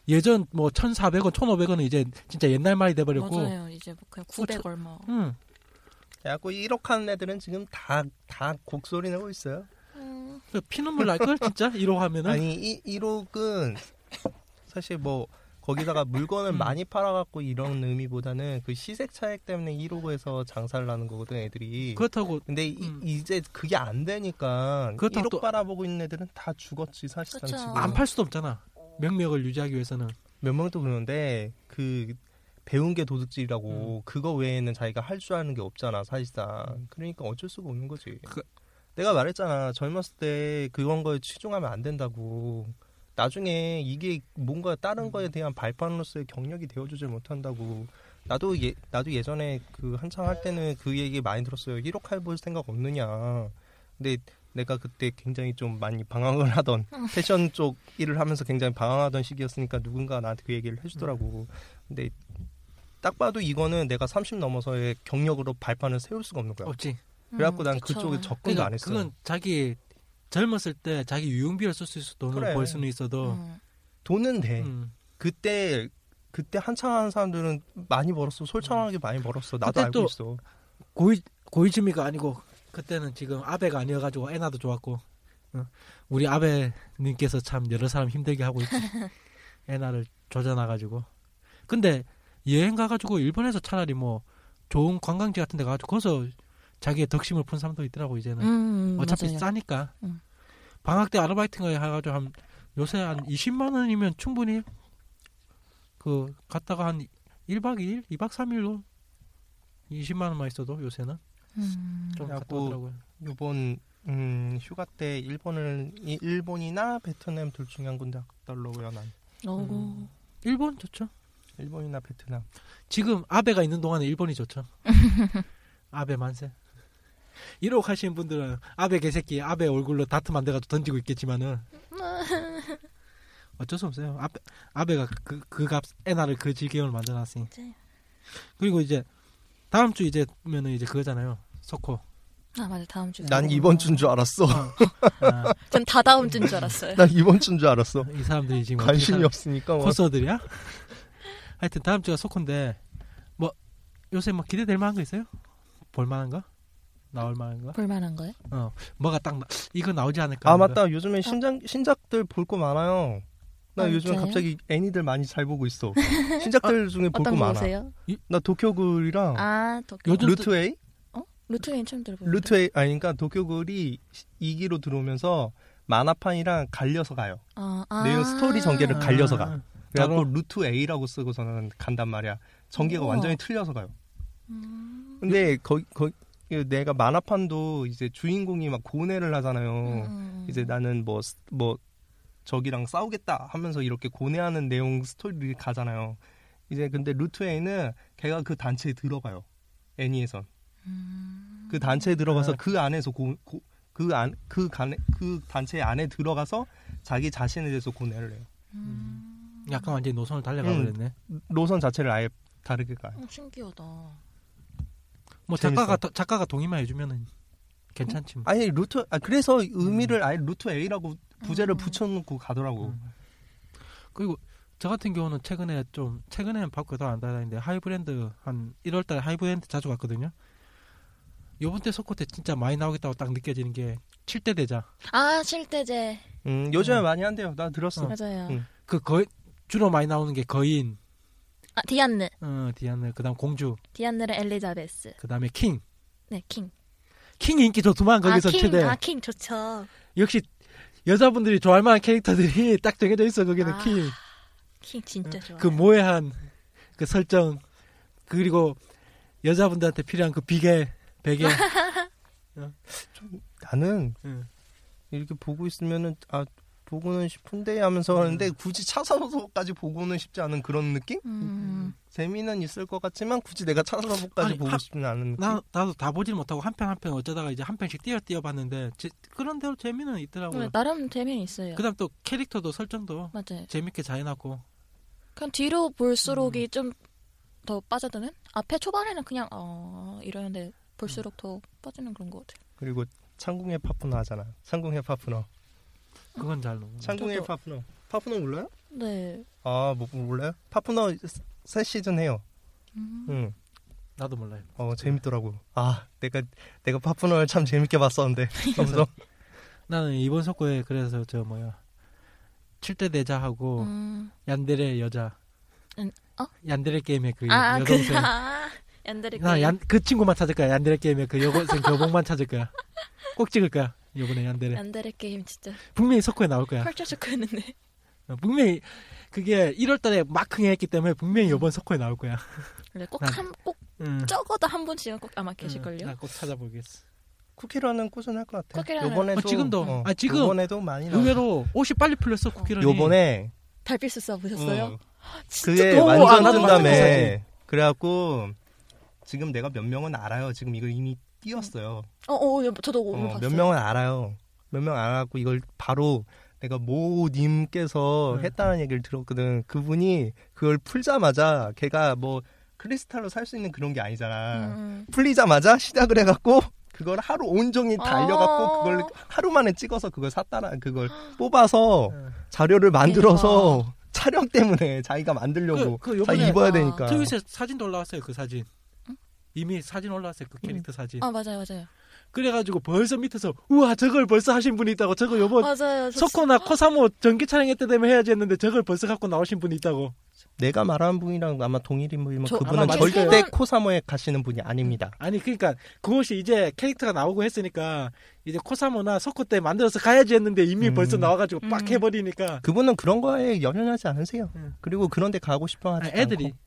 Speaker 2: 예전 뭐 1,400원, 1,500원은 이제 진짜 옛날 말이 돼버렸고.
Speaker 4: 맞아요 이제 뭐 그냥 900 얼마
Speaker 2: 음.
Speaker 3: 야구 1억 하는 애들은 지금 다, 다 곡소리 내고 있어요.
Speaker 4: 음,
Speaker 2: 그 피눈물 날걸 진짜 이러 하면은.
Speaker 3: 아니, 이, 1억은 사실 뭐, 거기다가 물건을
Speaker 2: 음.
Speaker 3: 많이 팔아갖고 이런 의미보다는 그 시세 차익 때문에 1억에서 장사를 하는 거거든, 애들이.
Speaker 2: 그렇다고
Speaker 3: 근데 이,
Speaker 2: 음.
Speaker 3: 이제 그게 안 되니까
Speaker 2: 그렇다고
Speaker 3: 1억
Speaker 2: 또-
Speaker 3: 바라보고 있는 애들은 다 죽었지, 사실상
Speaker 4: 그쵸.
Speaker 3: 지금.
Speaker 2: 안 팔 수도 없잖아. 명맥을 유지하기 위해서는.
Speaker 3: 몇 명도 그러는데 그 배운 게
Speaker 2: 음.
Speaker 3: 도둑질이라고 그거 외에는 자기가 할 줄 아는 게 없잖아 사실상 그러니까 어쩔 수가 없는 거지
Speaker 2: 그-
Speaker 3: 내가 말했잖아 젊었을 때 그런 거에 치중하면 안 된다고 나중에 이게 뭔가 다른
Speaker 4: 음.
Speaker 3: 거에 대한 발판으로서의 경력이 되어주질 못한다고 나도 예 나도 예전에 그 한창 할 때는 그 얘기 많이 들었어요 1억 할볼 생각 없느냐 근데 내가 그때 굉장히 좀 많이 방황을 하던 패션 쪽 일을 하면서 굉장히 방황하던 시기였으니까 누군가 나한테 그 얘기를 해주더라고.
Speaker 4: 음.
Speaker 3: 근데 딱 봐도 이거는 내가 30 넘어서의 경력으로 발판을 세울 수가 없는 거야.
Speaker 2: 없지.
Speaker 3: 그래갖고 난
Speaker 4: 어, 음, 그쵸.
Speaker 3: 그쪽에 접근도
Speaker 2: 그러니까
Speaker 3: 안 했어.
Speaker 2: 그건 자기 젊었을 때 자기 유흥비를 쓸 수 있어 돈을
Speaker 3: 그래.
Speaker 2: 벌 수는 있어도
Speaker 4: 음.
Speaker 3: 돈은 돼.
Speaker 2: 음.
Speaker 3: 그때 그때 한창 하는 사람들은 많이 벌었어. 솔찬하게 많이 벌었어. 나도
Speaker 2: 그때
Speaker 3: 알고
Speaker 2: 또-
Speaker 3: 있어.
Speaker 2: 고이 고이즈미가 아니고 그때는 지금 아베가 아니어가지고 애나도 좋았고 어. 우리 아베님께서 참 여러 사람 힘들게 하고 있지. 애나를 조져놔가지고. 근데 여행 가가지고 일본에서 차라리 뭐 좋은 관광지 같은데 가가지고 거기서 자기의 덕심을 푼 사람도 있더라고 이제는.
Speaker 4: 음,
Speaker 2: 어차피
Speaker 4: 맞아요.
Speaker 2: 싸니까
Speaker 4: 음.
Speaker 2: 방학 때 아르바이트가 해가지고 한 요새 한 20만 원이면 충분히 그 갔다가 한 1박 2일, 2박 3일로 20만 원만 있어도 요새는
Speaker 4: 음.
Speaker 2: 좀 갔다
Speaker 3: 그래갖고
Speaker 2: 오더라고요.
Speaker 3: 이번 음, 휴가 때 일본을 이- 일본이나 베트남 둘 중에 한 군데 갔다올라고요 난.
Speaker 4: 어우.
Speaker 2: 음. 일본 좋죠.
Speaker 3: 일본이나 베트남.
Speaker 2: 지금 아베가 있는 동안에 일본이 좋죠. 아베 만세. 이러고 하시는 분들은 아베 개새끼 아베 얼굴로 다트 만들어가지고 던지고 있겠지만은 어쩔 수 없어요. 아베, 아베가 그, 그 값, 에나를 그 지경을 만들어놨으니.
Speaker 4: 맞아요.
Speaker 2: 그리고 이제 다음 주 이제면은 이제 그거잖아요. 석호.
Speaker 4: 아 맞아 다음 주.
Speaker 3: 난 이번 주인 줄 알았어.
Speaker 2: 아,
Speaker 4: 전 다다음 주인 줄 알았어요.
Speaker 3: 난 이번 주인 줄 알았어.
Speaker 2: 이 사람들이 지금 네. 어떻게
Speaker 3: 관심이
Speaker 2: 사는
Speaker 3: 없으니까 뭐.
Speaker 2: 코스들이야? 하여튼 다음 주가 석호인데 뭐 요새 뭐 기대될 만한 거 있어요? 볼 만한 거? 나올 만한 거?
Speaker 4: 볼만한 거예요?
Speaker 2: 어 뭐가 딱 나- 이거 나오지 않을까?
Speaker 3: 아
Speaker 2: 하는 거.
Speaker 3: 맞다 요즘에 신작 신작들 볼 거 많아요. 나
Speaker 4: 아,
Speaker 3: 요즘 에
Speaker 4: 진짜요?
Speaker 3: 갑자기 애니들 많이 잘 보고 있어. 신작들 중에 볼 거
Speaker 4: 어떤 거
Speaker 3: 많아. 어.
Speaker 4: 보세요?
Speaker 3: 나 도쿄굴이랑
Speaker 4: 아 도쿄.
Speaker 2: 요즘 또-
Speaker 3: 루트웨이,
Speaker 4: 루트인 처음 들어보는.
Speaker 3: 루트웨이 아니 그러니까 도쿄굴이 2기로 들어오면서 만화판이랑 갈려서 가요.
Speaker 4: 아, 아.
Speaker 3: 내용 스토리 전개를 갈려서
Speaker 2: 아,
Speaker 3: 가. 그래갖고
Speaker 2: 따로?
Speaker 3: 루트웨이라고 쓰고서는 간단 말이야. 전개가
Speaker 4: 우와.
Speaker 3: 완전히 틀려서 가요.
Speaker 4: 음.
Speaker 3: 근데 거기 거 그 내가 만화판도 이제 주인공이 막 고뇌를 하잖아요.
Speaker 4: 음.
Speaker 3: 어, 이제 나는 뭐 뭐 적이랑 싸우겠다 하면서 이렇게 고뇌하는 내용 스토리 가잖아요. 이제 근데 루트웨이는 걔가 그 단체에 들어가요. 애니에선
Speaker 4: 음.
Speaker 3: 그 단체에 들어가서 그 안에서 그안그 간에 그 단체 안에 들어가서 자기 자신에 대해서 고뇌를 해요.
Speaker 4: 음.
Speaker 2: 약간 완전히 노선을 달려가
Speaker 3: 음.
Speaker 2: 버렸네.
Speaker 3: 노선 자체를 아예 다르게 가요.
Speaker 4: 어, 신기하다.
Speaker 2: 뭐
Speaker 3: 재밌어.
Speaker 2: 작가가 도- 작가가 동의만 해주면은 괜찮지. 뭐.
Speaker 3: 아니 루트 아 그래서 의미를 아예 루트 A라고 부제를
Speaker 4: 음.
Speaker 3: 붙여놓고 가더라고.
Speaker 2: 음. 그리고 저 같은 경우는 최근에 좀 최근에는 밖에 더안 다니는데 하이브랜드 한 1월달에 하이브랜드 자주 갔거든요. 요번 때 석고 때 진짜 많이 나오겠다고 딱 느껴지는 게 7대 대자.
Speaker 4: 아 실대제
Speaker 3: 음, 요즘에 많이 한대요. 나 들었어.
Speaker 4: 맞아요.
Speaker 3: 음.
Speaker 2: 그 거의 주로 많이 나오는 게 거인,
Speaker 4: 아 디안느
Speaker 2: 어, 디아나, 그다음 공주,
Speaker 4: 디안느랑 엘리자베스.
Speaker 2: 그다음에 킹.
Speaker 4: 네 킹.
Speaker 2: 킹 인기 좋더만 거기서
Speaker 4: 아, 킹,
Speaker 2: 최대.
Speaker 4: 아 킹 좋죠.
Speaker 2: 역시 여자분들이 좋아할 만한 캐릭터들이 딱 정해져 있어 거기는
Speaker 4: 아,
Speaker 2: 킹.
Speaker 4: 킹 진짜 좋아.
Speaker 2: 그 모해한 그 설정 그리고 여자분들한테 필요한 그 비계 베개
Speaker 3: 나는
Speaker 2: 음.
Speaker 3: 이렇게 보고 있으면은 아 보고는 싶은데 하면서 하는데 굳이 찾아서까지 보고는 싶지 않은 그런 느낌?
Speaker 4: 음.
Speaker 3: 재미는 있을 것 같지만 굳이 내가 찾아서까지
Speaker 2: 아니,
Speaker 3: 보고
Speaker 2: 하-
Speaker 3: 싶지는 않은 느낌.
Speaker 2: 나 나도 다 보질 못하고 한 편 한 편 어쩌다가 이제 한 편씩 띄어 띄어 봤는데 제- 그런 대로 재미는
Speaker 4: 네,
Speaker 2: 있더라고요.
Speaker 4: 나름 재미 있어요.
Speaker 2: 음. 그다음 또 캐릭터도 설정도
Speaker 4: 맞아요.
Speaker 2: 재밌게 잘 해놨고
Speaker 4: 그냥 뒤로 볼수록이 좀 더 빠져드는? 앞에 초반에는 그냥 어 이러는데 볼수록 더 빠지는 그런 것 같아요.
Speaker 3: 그리고 창궁의 파프너 하잖아. 창궁의 파프너.
Speaker 2: 그건 잘 너무.
Speaker 3: 창궁의
Speaker 4: 저도-
Speaker 3: 파프너. 파프너 몰라요?
Speaker 4: 네.
Speaker 3: 아, 뭐 몰라요? 파프너 새 시즌 해요.
Speaker 4: 음.
Speaker 3: 응.
Speaker 2: 나도 몰라요.
Speaker 3: 어 재밌더라고. 아 내가 내가 파프너를 참 재밌게 봤었는데. 점점.
Speaker 2: 나는 이번 속고에 그래서 저 뭐야 7대 대자하고
Speaker 4: 음.
Speaker 2: 얀데레 여자.
Speaker 4: 음, 어?
Speaker 2: 얀데레 게임의 그
Speaker 4: 아, 그,
Speaker 2: 여동생.
Speaker 4: 아, 얀드레
Speaker 2: 나 얀, 그 친구만 찾을 거야. 얀데레 게임의 그 여고생 교복만 찾을 거야. 꼭 찍을 거야. 이번에 얀데레.
Speaker 4: 얀드레 게임 진짜
Speaker 2: 분명히 석고에 나올 거야.
Speaker 4: 펄쩍 쇼크였는데.
Speaker 2: 어, 분명히 그게 1월달에 막 흥했기 때문에 분명히
Speaker 4: 음.
Speaker 2: 이번 석고에 나올 거야. 음.
Speaker 4: 그래, 꼭
Speaker 2: 난-
Speaker 4: 한, 꼭
Speaker 2: 응.
Speaker 4: 적어도 한 분씩은 꼭 아마 계실걸요.
Speaker 2: 음. 나꼭 찾아보겠어.
Speaker 3: 쿠키라는 꾸준할 것 같아.
Speaker 4: 쿠키라는-
Speaker 3: 요번에도
Speaker 2: 어, 지금도. 아, 지금.
Speaker 3: 요번에도 많이 나와.
Speaker 2: 의외로 옷이 빨리 풀렸어 쿠키런이.
Speaker 3: 요번에
Speaker 4: 달빛수 써보셨어요? 아,
Speaker 3: 응.
Speaker 4: 진짜
Speaker 3: 그게
Speaker 2: 너무 안
Speaker 3: 완전
Speaker 2: 하는 것
Speaker 3: 뜬다며.
Speaker 2: 같아요.
Speaker 3: 그래갖고 지금 내가 몇 명은 알아요. 지금 이거 이미 띄었어요.
Speaker 4: 어, 어, 어, 저도 오늘
Speaker 3: 어,
Speaker 4: 봤어요.
Speaker 3: 몇 명은 알아요. 몇 명 알아갖고 이걸 바로 내가 모님께서
Speaker 2: 응.
Speaker 3: 했다는 얘기를 들었거든. 그분이 그걸 풀자마자 걔가 뭐 크리스탈로 살 수 있는 그런 게 아니잖아.
Speaker 4: 음.
Speaker 3: 풀리자마자 시작을 해갖고 그걸 하루 온종일
Speaker 4: 어.
Speaker 3: 달려갖고 그걸 하루 만에 찍어서 그걸 샀다라 그걸 뽑아서
Speaker 2: 응.
Speaker 3: 자료를 만들어서 촬영 때문에 자기가 만들려고
Speaker 2: 그- 그
Speaker 3: 다
Speaker 2: 요번에
Speaker 3: 입어야
Speaker 4: 아,
Speaker 3: 되니까
Speaker 2: 트윗에 사진도 올라왔어요 그 사진. 이미 사진 올라왔어요 그 캐릭터 사진.
Speaker 4: 아, 맞아요, 맞아요.
Speaker 2: 그래가지고 벌써 밑에서 우와 저걸 벌써 하신 분이 있다고 저거 요번
Speaker 4: 맞아요. 저
Speaker 2: 석고나 코사모 전기 촬영회 때 되면 해야지 했는데 저걸 벌써 갖고 나오신 분이 있다고.
Speaker 3: 내가 말하는 분이랑 아마 동일인 분이면 뭐
Speaker 4: 저
Speaker 3: 그분은
Speaker 2: 아마 맞을
Speaker 3: 절대
Speaker 4: 거예요.
Speaker 3: 코사모에 가시는 분이 아닙니다.
Speaker 2: 아니 그러니까 그것이 이제 캐릭터가 나오고 했으니까 이제 코사모나 석고 때 만들어서 가야지 했는데 이미
Speaker 3: 음.
Speaker 2: 벌써 나와가지고 빡
Speaker 4: 음.
Speaker 2: 해버리니까
Speaker 3: 그분은 그런 거에 연연하지 않으세요.
Speaker 2: 응.
Speaker 3: 그리고 그런데 가고 싶어
Speaker 2: 아,
Speaker 3: 하지
Speaker 2: 애들이
Speaker 3: 않고.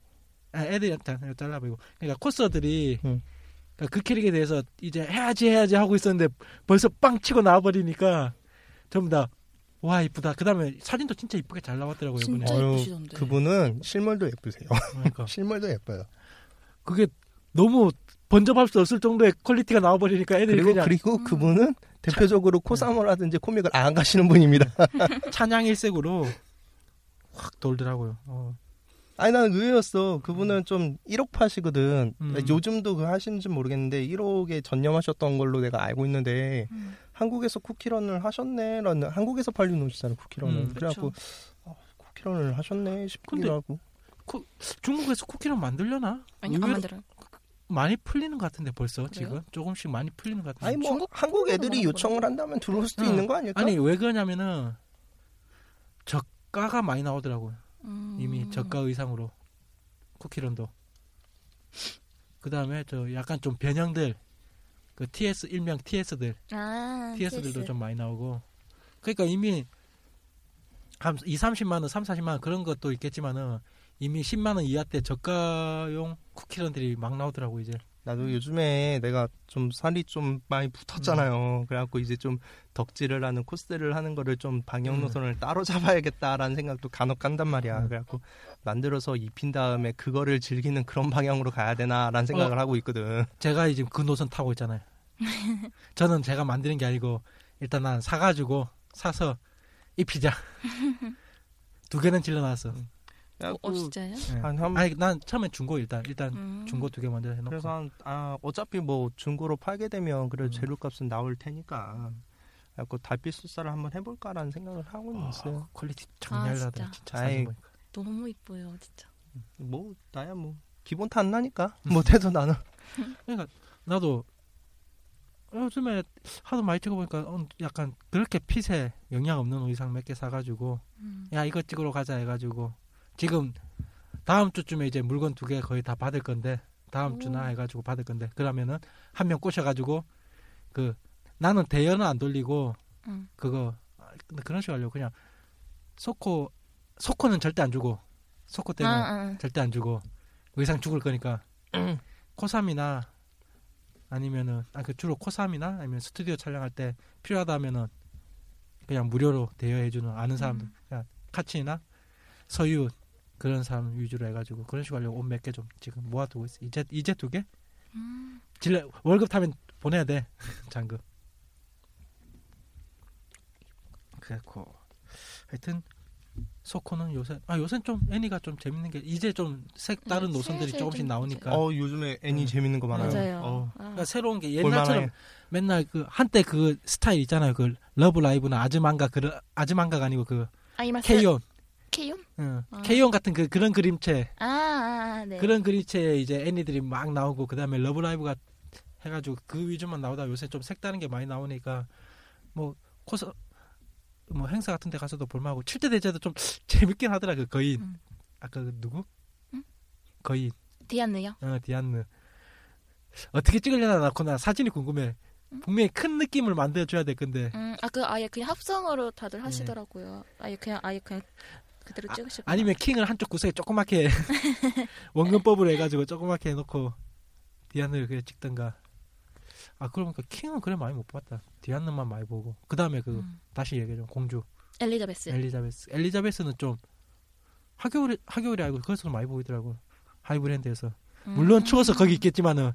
Speaker 2: 아, 애들이 다 잘라버리고 그러니까 코스들이
Speaker 3: 음.
Speaker 2: 그러니까 그 캐릭에 대해서 이제 해야지 해야지 하고 있었는데 벌써 빵 치고 나와버리니까 전부 다 와 이쁘다 그다음에 사진도 진짜 이쁘게 잘 나왔더라고요 이번에
Speaker 4: 진짜
Speaker 3: 어휴,
Speaker 4: 예쁘시던데.
Speaker 3: 그분은 실물도 예쁘세요.
Speaker 2: 그러니까
Speaker 3: 실물도 예뻐요.
Speaker 2: 그게 너무 번접할 수 없을 정도의 퀄리티가 나와버리니까 애들이
Speaker 3: 그리고
Speaker 2: 네, 그냥
Speaker 3: 그리고 그분은 대표적으로 코사모라든지 코믹을 안 가시는 분입니다.
Speaker 2: 찬양 일색으로 확 돌더라고요 어.
Speaker 3: 아니 나는 의외였어. 그분은 좀 1억 파시거든.
Speaker 2: 음.
Speaker 3: 요즘도 그 하시는지 모르겠는데 1억에 전념하셨던 걸로 내가 알고 있는데
Speaker 4: 음.
Speaker 3: 한국에서 쿠키런을 하셨네라는 한국에서 팔리는 옷이잖아 쿠키런은.
Speaker 2: 음,
Speaker 3: 그래갖고 어, 쿠키런을 하셨네
Speaker 2: 근데-
Speaker 3: 싶기도 하고.
Speaker 2: 중국에서 쿠키를 만들려나
Speaker 4: 아니, 안
Speaker 2: 의외로
Speaker 4: 만들어요.
Speaker 2: 많이 풀리는 것 같은데 벌써
Speaker 4: 그래요?
Speaker 2: 지금 조금씩 많이 풀리는 것 같은데
Speaker 3: 아니 뭐
Speaker 4: 중국
Speaker 3: 한국 애들이
Speaker 4: 쿠키런으로
Speaker 3: 요청을 한다면 들어올 수도
Speaker 2: 응.
Speaker 3: 있는 거 아닐까?
Speaker 2: 아니 왜 그러냐면은 저가가 많이 나오더라고요.
Speaker 4: 음.
Speaker 2: 이미 저가 의상으로 쿠키런도. 그 다음에 저 약간 좀 변형들 그 TS 일명 TS들
Speaker 4: 아,
Speaker 2: TS들도
Speaker 4: TS.
Speaker 2: 좀 많이 나오고. 그러니까 이미 한 2, 30만 원, 3, 40만 원 그런 것도 있겠지만은 이미 10만 원 이하 때 저가용 쿠키런들이 막 나오더라고 이제
Speaker 3: 나도 요즘에 내가 좀 살이 좀 많이
Speaker 2: 음.
Speaker 3: 붙었잖아요. 그래갖고 이제 좀 덕질을 하는 코스를 하는 거를 좀 방역
Speaker 2: 음.
Speaker 3: 노선을 따로 잡아야겠다라는 생각도 간혹 간단 말이야.
Speaker 2: 음.
Speaker 3: 그래갖고 만들어서 입힌 다음에 그거를 즐기는 그런 방향으로 가야 되나라는
Speaker 2: 어.
Speaker 3: 생각을 하고 있거든.
Speaker 2: 제가 지금 그 노선 타고 있잖아요. 저는 제가 만드는 게 아니고 일단 난 사가지고 사서 입히자. 두 개는 질러놨어.
Speaker 3: 음. 그래갖고
Speaker 4: 어, 진짜요?
Speaker 3: 한, 한
Speaker 2: 아니 난 처음에 중고 일단 일단
Speaker 4: 음.
Speaker 2: 중고 두 개 먼저 해놓고.
Speaker 3: 그래서 한, 아, 어차피 뭐 중고로 팔게 되면 그래 도
Speaker 2: 음.
Speaker 3: 재료값은 나올 테니까 그래갖고 달빛 술사를 한번 해볼까라는 생각을 하고
Speaker 2: 아,
Speaker 3: 있어요.
Speaker 2: 퀄리티
Speaker 4: 아,
Speaker 2: 정렬하다
Speaker 4: 진짜.
Speaker 2: 진짜.
Speaker 3: 아이,
Speaker 2: 사진 보니까.
Speaker 4: 너무 이뻐요, 진짜.
Speaker 3: 뭐 나야 뭐 기본 탓 나니까
Speaker 2: 음.
Speaker 3: 못해도 나는
Speaker 2: 나도 어, 요즘에 하도 많이 찍어보니까 어, 약간 그렇게 핏에 영향 없는 의상 몇 개 사가지고
Speaker 4: 음.
Speaker 2: 야 이거 찍으러 가자 해가지고 지금 다음 주쯤에 이제 물건 두 개 거의 다 받을 건데 다음
Speaker 4: 오.
Speaker 2: 주나 해가지고 받을 건데 그러면은 한 명 꼬셔가지고 그 나는 대여는 안 돌리고
Speaker 4: 음.
Speaker 2: 그거 아, 근데 그런 식으로 하려고 그냥 소코 소코는 절대 안 주고 소코
Speaker 4: 아,
Speaker 2: 때문에
Speaker 4: 아, 아.
Speaker 2: 절대 안 주고 의상 죽을 거니까 코삼이나 아니면은 아 그 주로 코삼이나 아니면 스튜디오 촬영할 때 필요하다면은 그냥 무료로 대여해주는 아는 사람들
Speaker 4: 음.
Speaker 2: 그냥 카친이나 서유 그런 사람 위주로 해가지고 그런 식으로 하려고 옷 몇 개 좀 지금 모아두고 있어 이제 이제 두 개?
Speaker 4: 음.
Speaker 2: 질레 월급 타면 보내야 돼 장금 그래고 하여튼 소코는 요새 아 요새 좀 애니가 좀 재밌는 게 이제 좀 색다른
Speaker 4: 네,
Speaker 2: 노선들이
Speaker 4: 슬슬
Speaker 2: 조금씩
Speaker 4: 좀
Speaker 2: 나오니까
Speaker 3: 어 요즘에 애니
Speaker 2: 음.
Speaker 3: 재밌는 거 많아요.
Speaker 4: 맞아요.
Speaker 3: 어.
Speaker 4: 아.
Speaker 2: 그러니까 새로운 게 옛날처럼
Speaker 3: 볼만해.
Speaker 2: 맨날 그 한때 그 스타일 있잖아요. 그 러브 라이브나 아즈만가 그 아즈만가가 아니고 그
Speaker 4: 아이마스
Speaker 2: 케이온,
Speaker 4: 케이온?
Speaker 2: 응.
Speaker 4: 아.
Speaker 2: 케이온 같은 그 그런 그림체,
Speaker 4: 아, 아, 아, 네.
Speaker 2: 그런 그림체에 이제 애니들이 막 나오고 그다음에 러브 라이브가 해가지고 그 위주만 나오다 가 요새 좀 색다른 게 많이 나오니까 뭐 코스 뭐 행사 같은 데 가서도 볼만하고 칠대 대제도 좀 재밌긴 하더라 그 거인
Speaker 4: 음.
Speaker 2: 아까 그 누구
Speaker 4: 음?
Speaker 2: 거인
Speaker 4: 디안느요?
Speaker 2: 어, 디안느. 어떻게 찍으려나 나 그나 사진이 궁금해.
Speaker 4: 음?
Speaker 2: 분명히 큰 느낌을 만들어줘야 될 건데.
Speaker 4: 음, 아, 그 아예 그냥 합성으로 다들 하시더라고요. 아예 그냥 아예 그냥 그대로 찍으시고.
Speaker 2: 네. 아니면 킹을 한쪽 구석에 조그맣게 원근법으로 해가지고 조그맣게 해놓고 디안느를 그래 찍던가. 아 그러니까 킹은 그래 많이 못 봤다. 디안느만 많이 보고 그 다음에 그 다시 얘기해줘 공주
Speaker 4: 엘리자베스.
Speaker 2: 엘리자베스. 엘리자베스는 좀 하교리 하교리 알고 그래서 많이 보이더라고 하이브랜드에서
Speaker 4: 음.
Speaker 2: 물론 추워서 거기 있겠지만은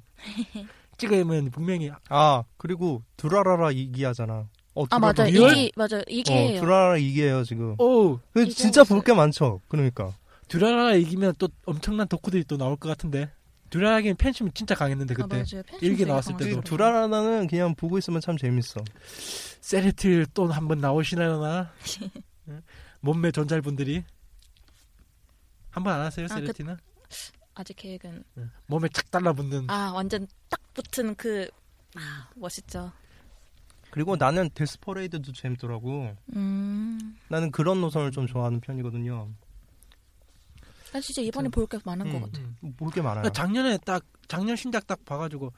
Speaker 2: 찍으면 분명히
Speaker 3: 아 그리고 두라라라 이기하잖아. 어,
Speaker 4: 아 맞아
Speaker 3: 두라라라.
Speaker 4: 이기 맞아 이기예요.
Speaker 3: 어, 두라라라 이기예요 지금.
Speaker 2: 오
Speaker 3: 그
Speaker 4: 이기하고
Speaker 3: 진짜 볼
Speaker 4: 있어요.
Speaker 3: 게 많죠. 그러니까
Speaker 2: 듀라라 이기면 또 엄청난 덕후들이 또 나올 것 같은데 듀라라기엔 팬심이 진짜 강했는데
Speaker 4: 아,
Speaker 2: 그때
Speaker 4: 맞아요. 팬심
Speaker 2: 일기
Speaker 4: 되게
Speaker 2: 나왔을
Speaker 3: 그
Speaker 2: 그래도. 때도.
Speaker 4: 강하시더라고요.
Speaker 3: 두라라라는 그냥 보고 있으면 참 재밌어.
Speaker 2: 세레틸 또 한 번 나오시려나 응? 몸매 전잘분들이 한 번 안 하세요
Speaker 4: 아, 그-
Speaker 2: 세레틸은
Speaker 4: 아직 계획은
Speaker 2: 응. 몸에 착 달라붙는
Speaker 4: 아 완전 딱 붙은 그
Speaker 2: 음.
Speaker 4: 아, 멋있죠.
Speaker 3: 그리고 나는 데스퍼레이드도 재밌더라고.
Speaker 4: 음.
Speaker 3: 나는 그런 노선을 좀 좋아하는 편이거든요.
Speaker 4: 아 진짜 이번에 볼 게 많은
Speaker 3: 음.
Speaker 4: 것 같아.
Speaker 2: 음.
Speaker 3: 볼 게 많아요.
Speaker 2: 그러니까 작년에 딱 작년 신작 딱 봐가지고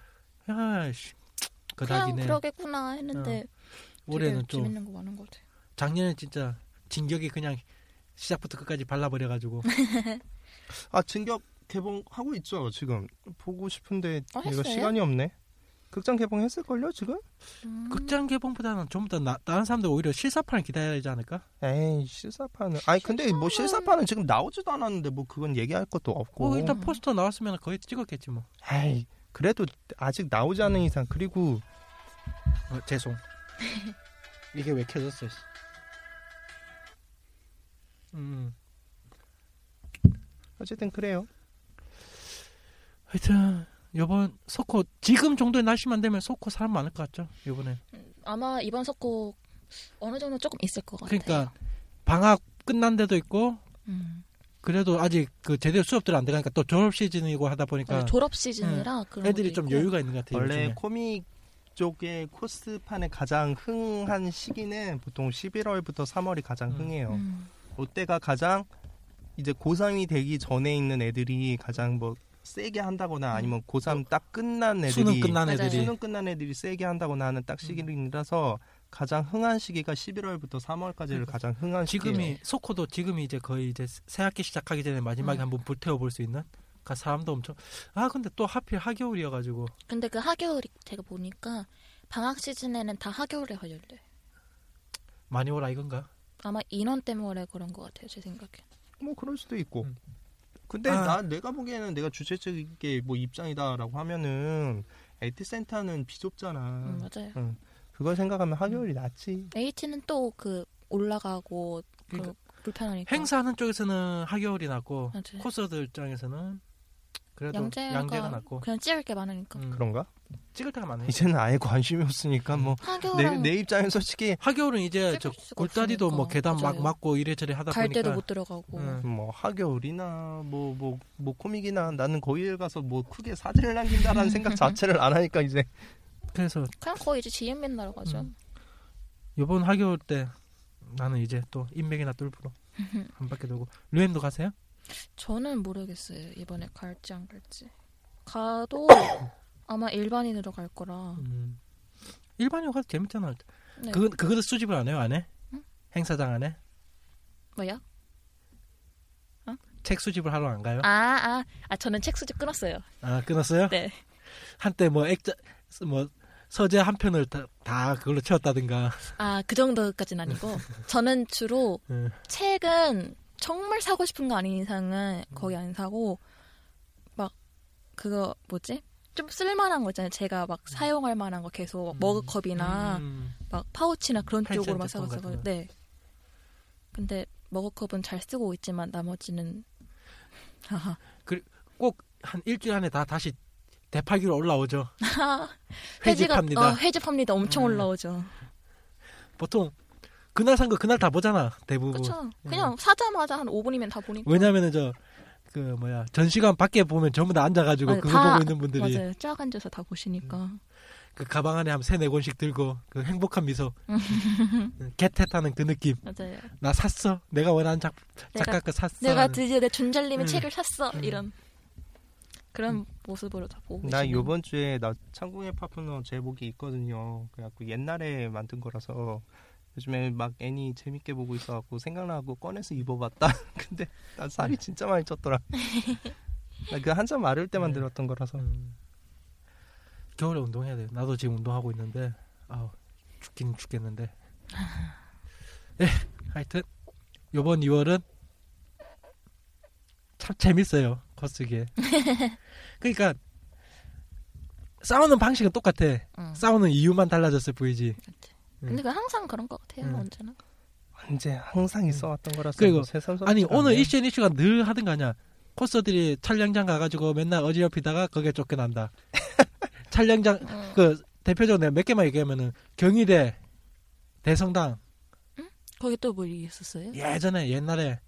Speaker 2: 야씨
Speaker 4: 그냥
Speaker 2: 그닥이네
Speaker 4: 그러겠구나 했는데
Speaker 2: 올해는
Speaker 4: 되게
Speaker 2: 좀
Speaker 4: 재밌는 거 많은 것 같아.
Speaker 2: 작년에 진짜 진격이 그냥 시작부터 끝까지 발라버려가지고
Speaker 3: 아 진격 개봉 하고 있죠 지금 보고 싶은데
Speaker 4: 어,
Speaker 3: 내가
Speaker 4: 했어요?
Speaker 3: 시간이 없네. 극장 개봉했을 걸요 지금?
Speaker 4: 음.
Speaker 2: 극장 개봉보다는 전부 다 나- 다른 사람들 오히려 실사판을 기다려야 되지 않을까?
Speaker 3: 에이 실사판은 아니 근데 뭐 실사판은 지금 나오지도 않았는데 뭐 그건 얘기할 것도 없고.
Speaker 2: 뭐 일단 포스터 나왔으면 거의 찍었겠지 뭐.
Speaker 3: 에이 그래도 아직 나오지 않은 이상 그리고
Speaker 2: 어, 죄송. 이게 왜 켜졌어? 씨. 음.
Speaker 3: 어쨌든 그래요.
Speaker 2: 하여튼 이번 소코 지금 정도의 날씨만 되면 소코 사람 많을 것 같죠? 이번에.
Speaker 4: 아마 이번 석곡 어느 네. 정도 조금 있을 것 같아요.
Speaker 2: 그러니까 방학 끝난 데도 있고
Speaker 4: 음.
Speaker 2: 그래도 아직 그 제대로 수업들 안 들어가니까 또 졸업 시즌이고 하다 보니까
Speaker 4: 네, 졸업 시즌이라 그런
Speaker 2: 그러니까 애들이
Speaker 4: 것도
Speaker 2: 좀
Speaker 4: 있고.
Speaker 2: 여유가 있는 것 같아요.
Speaker 3: 원래
Speaker 2: 요즘에.
Speaker 3: 코믹 쪽의 코스판의 가장 흥한 시기는 보통 11월부터 3월이 가장
Speaker 2: 음.
Speaker 3: 흥해요.
Speaker 4: 음.
Speaker 3: 롯데가 가장 이제 고3이 되기 전에 있는 애들이 가장 뭐 세게 한다거나
Speaker 2: 음.
Speaker 3: 아니면 고3 딱뭐 끝난 애들이
Speaker 2: 수능 끝난
Speaker 4: 맞아요.
Speaker 2: 애들이
Speaker 3: 네. 수능 끝난 애들이 세게 한다거나 하는 딱 시기라서 가장 흥한 시기가 11월부터 3월까지를 가장 흥한 시기예요.
Speaker 2: 지금이 소코도 지금이 이제 거의 이제 새 학기 시작하기 전에 마지막에
Speaker 4: 음.
Speaker 2: 한번 불태워 볼 수 있는 가 사람도 엄청 아 근데 또 하필 하겨울이어가지고
Speaker 4: 근데 그 하겨울이 제가 보니까 방학 시즌에는 다 하겨울에 관련돼.
Speaker 2: 많이 오라 이건가?
Speaker 4: 아마 인원 때문에 그런 것 같아요 제 음, 생각에.
Speaker 3: 뭐 그럴 수도 있고.
Speaker 2: 음.
Speaker 3: 근데
Speaker 2: 아.
Speaker 3: 나 내가 보기에는 내가 주최 측의 뭐 입장이다라고 하면은 에이티 센터는 비좁잖아.
Speaker 4: 음, 맞아요.
Speaker 3: 그걸 생각하면 하겨울이 낫지.
Speaker 4: H는 또 그 올라가고 그
Speaker 2: 그러니까
Speaker 4: 불편하니까.
Speaker 2: 행사하는 쪽에서는 하겨울이 낫고
Speaker 4: 맞아요. 네.
Speaker 2: 콘서트 입장에서는 그래도
Speaker 4: 양재가, 그러니까.
Speaker 2: 양재가, 낫고
Speaker 4: 그냥 찍을 게 많으니까.
Speaker 2: 음,
Speaker 3: 그런가?
Speaker 2: 찍을 때가 많아요.
Speaker 3: 이제는 아예 관심이 없으니까 뭐 내 내
Speaker 2: 네,
Speaker 4: 하겨울랑
Speaker 3: 입장에 솔직히
Speaker 2: 하겨울은 이제
Speaker 4: 찍을
Speaker 2: 저
Speaker 4: 수가
Speaker 2: 골다리도 뭐
Speaker 4: 없으니까.
Speaker 2: 계단 막
Speaker 4: 맞아요.
Speaker 2: 막고 이래저래 하다
Speaker 4: 갈
Speaker 2: 보니까
Speaker 4: 때도 못 들어가고.
Speaker 2: 음.
Speaker 3: 뭐 하겨울이나 뭐 뭐 뭐 코믹이나 나는 거기에 가서 뭐 크게 사진을 남긴다라는 생각 자체를 안 하니까 이제
Speaker 2: 그래서
Speaker 4: 그냥 거의 이제 지인 맨날 가죠.
Speaker 2: 음. 이번 하겨울 때 나는 이제 또 인맥이나 뚫으러 한 바퀴 돌고 루엠도 가세요?
Speaker 4: 저는 모르겠어요 이번에 갈지 안 갈지. 가도 아마 일반인으로 갈 거라.
Speaker 2: 음. 일반인 가서 재밌잖아.
Speaker 4: 네.
Speaker 2: 그 그거를 수집을 안 해요, 안 해?
Speaker 4: 응?
Speaker 2: 행사장 안 해?
Speaker 4: 뭐야?
Speaker 2: 책 수집을 하러 안 가요?
Speaker 4: 아, 아, 아, 저는 책 수집 끊었어요.
Speaker 2: 아 끊었어요?
Speaker 4: 네.
Speaker 2: 한때 뭐 액자 뭐 서재 한 편을 다, 다 그걸로 채웠다든가.
Speaker 4: 아, 그 정도까지는 아니고. 저는 주로
Speaker 2: 예.
Speaker 4: 책은 정말 사고 싶은 거 아닌 이상은 거의 안 사고, 막, 그거, 뭐지? 좀 쓸만한 거 있잖아요. 제가 막 사용할 만한 거 계속 막 머그컵이나
Speaker 2: 음.
Speaker 4: 막 파우치나 그런
Speaker 2: 팔찌
Speaker 4: 쪽으로 막
Speaker 2: 제품
Speaker 4: 사고
Speaker 2: 같은
Speaker 4: 있어요.
Speaker 2: 거.
Speaker 4: 네. 근데 머그컵은 잘 쓰고 있지만 나머지는. 하하.
Speaker 2: 한 일주일 안에 다 다시 대팔기로 올라오죠.
Speaker 4: 회지가-
Speaker 2: 회집합니다.
Speaker 4: 어, 회집합니다. 엄청
Speaker 2: 음.
Speaker 4: 올라오죠.
Speaker 2: 보통 그날 산 거 그날 다 보잖아 대부분.
Speaker 4: 그쵸. 그냥 사자마자 한 5분이면 다 보니까.
Speaker 2: 뭐, 예. 왜냐면은 저 그 뭐야 전시관 밖에 보면 전부 다 앉아가지고
Speaker 4: 아니,
Speaker 2: 그거
Speaker 4: 다-
Speaker 2: 보고 있는 분들이
Speaker 4: 맞아요. 쫙 앉아서 다 보시니까.
Speaker 2: 그 가방 안에 한 세네 권씩 들고 그 행복한 미소
Speaker 4: 음.
Speaker 2: 개태타는 그 느낌
Speaker 4: 맞아요.
Speaker 2: 나 샀어 내가 원하는 작,
Speaker 4: 내가-
Speaker 2: 작가 거 샀어
Speaker 4: 내가
Speaker 2: 하는.
Speaker 4: 드디어 내 존잘님의
Speaker 2: 음.
Speaker 4: 책을 샀어.
Speaker 2: 음.
Speaker 4: 이런 그런 모습으로 다 보고.
Speaker 3: 나
Speaker 4: 계시는.
Speaker 3: 요번 주에 나 창궁의 파프너 제목이 있거든요. 그래갖고 옛날에 만든 거라서 요즘에 막 애니 재밌게 보고 있어갖고 생각나고 꺼내서 입어봤다. 근데 나
Speaker 2: 네.
Speaker 3: 살이 진짜 많이 쪘더라. 나 그 한참 마를
Speaker 2: 네.
Speaker 3: 때 만들었던 거라서.
Speaker 2: 음. 겨울에 운동해야 돼요 나도 지금 운동하고 있는데 아우 죽긴 죽겠는데 예 하여튼 요번 2월은 참 재밌어요 거쓰기에 그러니까 싸우는 방식은 똑같아
Speaker 4: 음.
Speaker 2: 싸우는 이유만 달라졌을 뿐이지
Speaker 4: 근데 그 항상 그런 것 같아요.
Speaker 2: 음.
Speaker 4: 언제나.
Speaker 3: 언제 항상 있어왔던 거라서.
Speaker 2: 네. 그리고
Speaker 3: 뭐 새삼스럽지
Speaker 2: 아니 오늘
Speaker 3: 않네요.
Speaker 2: 이슈 이슈가 늘 하던 거 아니야 코스들이 촬영장 가가지고 맨날 어지럽히다가 거기에 쫓겨난다 촬영장
Speaker 4: 음.
Speaker 2: 그 대표적으로 내가 몇 개만 얘기하면은 경희대 대성당
Speaker 4: 거기 또 뭐 있었어요?
Speaker 2: 예전에 옛날에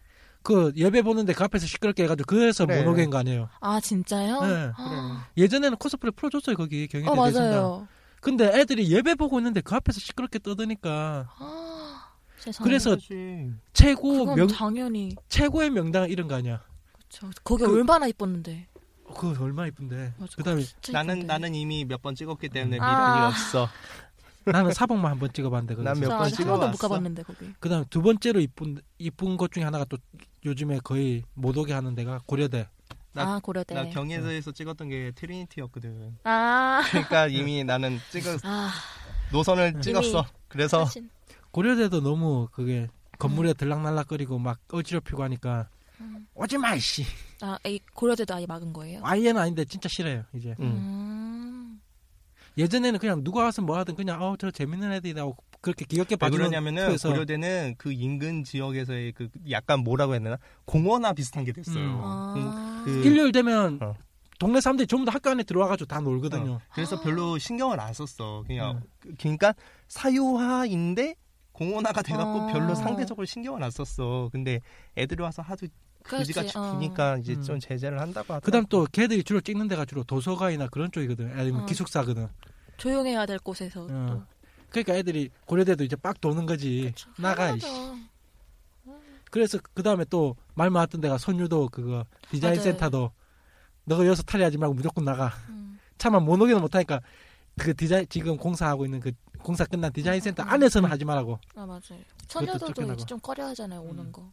Speaker 2: 그 예배 보는데 그 앞에서 시끄럽게 해가지고 그래서
Speaker 4: 네.
Speaker 3: 그래.
Speaker 2: 못 오게 한 거 아니에요
Speaker 4: 아 진짜요?
Speaker 2: 네.
Speaker 4: 아.
Speaker 2: 예전에는 코스프레 풀어줬어요 거기 경희대
Speaker 4: 어
Speaker 2: 대성당
Speaker 4: 맞아요.
Speaker 2: 근데 애들이 예배 보고 있는데 그 앞에서 시끄럽게 떠드니까
Speaker 4: 아, 세상에.
Speaker 2: 그래서
Speaker 3: 그렇지.
Speaker 2: 최고
Speaker 3: 어,
Speaker 4: 그건
Speaker 2: 명
Speaker 4: 당연히
Speaker 2: 최고의 명당 이런 거 아니야
Speaker 4: 그쵸. 거기
Speaker 2: 그-
Speaker 4: 얼마나 이뻤는데.
Speaker 2: 그거 얼마나 이쁜데
Speaker 4: 맞아.
Speaker 2: 그다음에
Speaker 4: 진짜
Speaker 3: 나는
Speaker 4: 이쁜데.
Speaker 3: 나는 이미 몇 번
Speaker 2: 음.
Speaker 3: 찍었기 때문에
Speaker 4: 아.
Speaker 3: 미련이 없어.
Speaker 2: 나는 사복만 한 번 찍어봤는데
Speaker 3: 난
Speaker 2: 거기서.
Speaker 3: 몇번
Speaker 4: 진짜 아직 한 번도
Speaker 3: 찍어봤어.
Speaker 4: 못 가봤는데 거기.
Speaker 2: 그다음 두 번째로 이쁜 이쁜 것 중에 하나가 또 요즘에 거의 못 오게 하는 데가 고려대.
Speaker 3: 나-
Speaker 4: 아 고려대.
Speaker 3: 나
Speaker 2: 네.
Speaker 3: 경에서 찍었던 게 트리니티였거든.
Speaker 4: 아.
Speaker 3: 그러니까 이미 나는 찍은
Speaker 4: 아.
Speaker 2: 네.
Speaker 3: 노선을 찍었어. 그래서
Speaker 4: 사진.
Speaker 2: 고려대도 너무 그게 건물에 들락날락거리고 막 어지럽히고 하니까
Speaker 4: 음.
Speaker 2: 오지 마 이씨.
Speaker 4: 아, 이 고려대도 아예 막은 거예요?
Speaker 2: 아이는 아닌데 진짜 싫어요 이제.
Speaker 3: 음.
Speaker 4: 음.
Speaker 2: 예전에는 그냥 누가 와서 뭐 하든 그냥 어저 재밌는 애들이라고 그렇게 귀엽게
Speaker 3: 왜
Speaker 2: 봐주는
Speaker 3: 그러냐면은
Speaker 2: 투에서
Speaker 3: 고려대는 그 인근 지역에서의 그 약간 뭐라고 해야 되나 공원화 비슷한 게 됐어요.
Speaker 2: 음.
Speaker 4: 아.
Speaker 3: 그-
Speaker 2: 일요일 되면
Speaker 3: 어.
Speaker 2: 동네 사람들이 전부 다 학교 안에 들어와가지고 다 놀거든요.
Speaker 3: 그래서 별로 신경을 안 썼어. 그냥
Speaker 2: 음.
Speaker 3: 그- 그러니까 사유화인데 공원화가 돼갖고
Speaker 4: 어.
Speaker 3: 별로 상대적으로 신경을 안 썼어. 근데 애들이 와서 하도
Speaker 4: 그렇지,
Speaker 3: 그지같이
Speaker 4: 어.
Speaker 3: 부니까 이제
Speaker 2: 음.
Speaker 3: 좀 제재를 한다고 하더라고.
Speaker 2: 그다음 또 걔들이 주로 찍는 데가 주로 도서관이나 그런 쪽이거든. 아니면
Speaker 4: 어.
Speaker 2: 기숙사거든.
Speaker 4: 조용해야 될 곳에서
Speaker 2: 어. 그러니까 애들이 고려대도 이제 빡 도는 거지.
Speaker 4: 또
Speaker 2: 나가.
Speaker 4: 하나죠.
Speaker 2: 이씨. 그래서 그 다음에 또 말 많았던 데가 선유도 그거 디자인
Speaker 4: 맞아요.
Speaker 2: 센터도 너가 여기서 탈의하지 말고 무조건 나가.
Speaker 4: 음.
Speaker 2: 차마 못 오기는 못하니까 그 디자인 지금 공사하고 있는 그 공사 끝난 디자인 센터 안에서는 하지 말라고.
Speaker 4: 아 맞아요. 처녀들도
Speaker 2: 쫓겨나고.
Speaker 3: 음.
Speaker 4: 이제 좀 꺼려하잖아요 오는 거.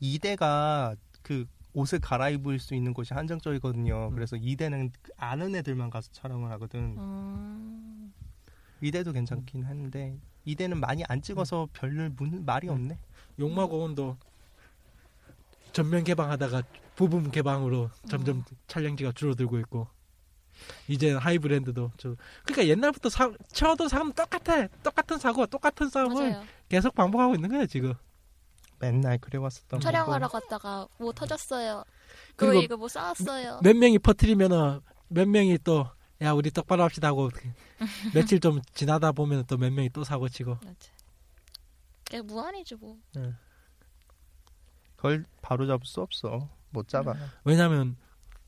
Speaker 3: 이대가 그 옷을 갈아입을 수 있는 곳이
Speaker 2: 음.
Speaker 3: 한정적이거든요. 그래서 이대는 아는 애들만 가서 촬영을 하거든.
Speaker 4: 음.
Speaker 3: 이대도 괜찮긴 한데 이대는 많이 안 찍어서 별로 문, 말이 없네.
Speaker 2: 용마고원도 전면 개방하다가 부분 개방으로
Speaker 4: 음.
Speaker 2: 점점 촬영지가 줄어들고 있고 이제 하이브랜드도 저 그러니까 옛날부터 사, 쳐도 사람 똑같아 똑같은 사고 똑같은 싸움을
Speaker 4: 음. 맞아요.
Speaker 2: 계속 반복하고 있는 거야 지금
Speaker 3: 맨날 그래왔었던
Speaker 5: 촬영하러
Speaker 3: 거고.
Speaker 5: 갔다가 뭐 터졌어요. 그
Speaker 2: 그리고
Speaker 5: 이거 뭐 싸웠어요.
Speaker 3: 네.
Speaker 2: 몇 명이 퍼트리면은 몇 명이 또 야 우리 똑바로 합시다 하고 며칠 좀 지나다 보면 또 몇 명이 또 사고 치고
Speaker 4: 맞아. 그냥 무한이지 뭐.
Speaker 3: 그걸 바로 잡을 수 없어. 못 잡아.
Speaker 2: 왜냐면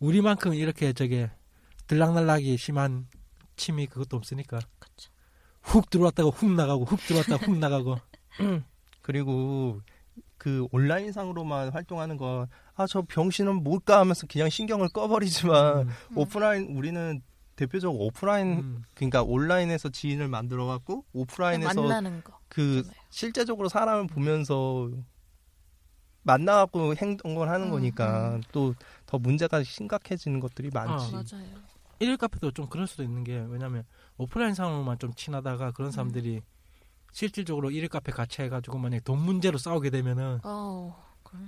Speaker 2: 우리만큼 이렇게 저게 들락날락이 심한 침이 그것도 없으니까
Speaker 4: 그쵸.
Speaker 2: 훅 들어왔다가 훅 나가고 훅 들어왔다가 훅 나가고
Speaker 3: 그리고 그 온라인상으로만 활동하는 거 아 저 병신은 뭘까 하면서 그냥 신경을 꺼버리지만
Speaker 2: 음,
Speaker 3: 오프라인 우리는 대표적으로 오프라인
Speaker 2: 음.
Speaker 3: 그러니까 온라인에서 지인을 만들어 갖고
Speaker 4: 그냥
Speaker 3: 오프라인에서
Speaker 4: 만나는 거.
Speaker 3: 그
Speaker 4: 맞아요.
Speaker 3: 실제적으로 사람을 보면서 만나 갖고 행동을 하는
Speaker 4: 음, 어.
Speaker 3: 거니까 또 더 문제가 심각해지는 것들이 많지.
Speaker 4: 맞아요.
Speaker 2: 일일 카페도 좀 그럴 수도 있는 게 왜냐면 오프라인 상으로만 좀 친하다가
Speaker 4: 음.
Speaker 2: 그런 사람들이 실질적으로 일일 카페 같이 해가지고 만약에 돈 문제로 싸우게 되면은
Speaker 4: 어. 그래.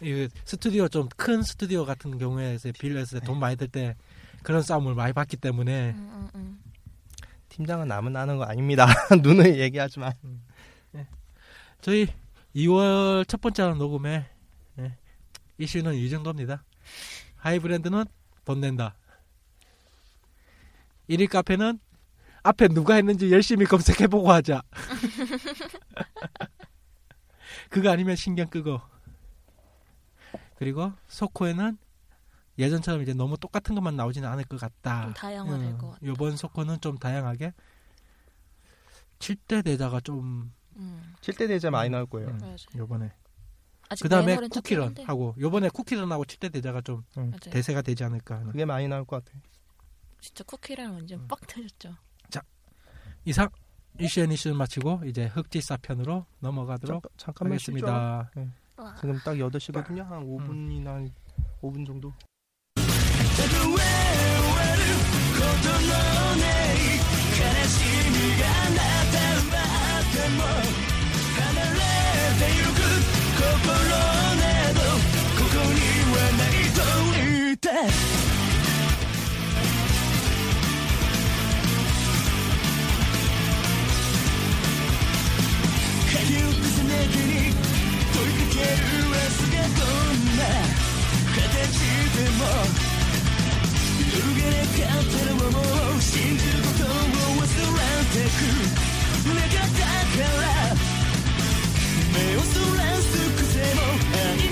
Speaker 2: 이 스튜디오 좀 큰 스튜디오 같은 경우에 이제 빌려서 돈 많이 들 때 그런 싸움을 많이 봤기 때문에
Speaker 4: 응, 응, 응.
Speaker 3: 팀장은 남은 하는 거 아닙니다. 눈을 얘기하지 마.
Speaker 2: 저희 2월 첫 번째 하는 녹음에 예, 이슈는 이 정도입니다. 하이브랜드는 돈 낸다. 1일 카페는 앞에 누가 했는지 열심히 검색해보고 하자. 그거 아니면 신경 끄고. 그리고 소코에는 예전처럼 이제 너무 똑같은 것만 나오지는 않을 것 같다.
Speaker 4: 좀 다양화될 것 같다.
Speaker 2: 이번 소코는 네. 좀 다양하게 7대 대자가 좀
Speaker 4: 응.
Speaker 3: 7대 대자 많이 나올 거예요.
Speaker 2: 음.
Speaker 4: 맞아요.
Speaker 2: 요번에
Speaker 4: 아직
Speaker 2: 그 다음에
Speaker 4: 내년은 좀
Speaker 2: 쿠키런 아,
Speaker 4: 큰데. 네.
Speaker 2: 하고 요번에 쿠키런하고 7대 대자가 좀
Speaker 4: 맞아요.
Speaker 2: 대세가 되지 않을까 하는
Speaker 3: 그게 많이 나올 것 같아.
Speaker 4: 진짜 쿠키런 완전 빡 터졌죠.
Speaker 2: 이상 이슈앤 이슈는 마치고 이제 흑지사 편으로 넘어가도록
Speaker 3: 잠깐, 잠깐만 쉬죠.
Speaker 2: 하겠습니다
Speaker 5: 와.
Speaker 3: 지금 딱 8시거든요. 한 5분이나 5분 정도.
Speaker 6: 「目をそらす癖もあります」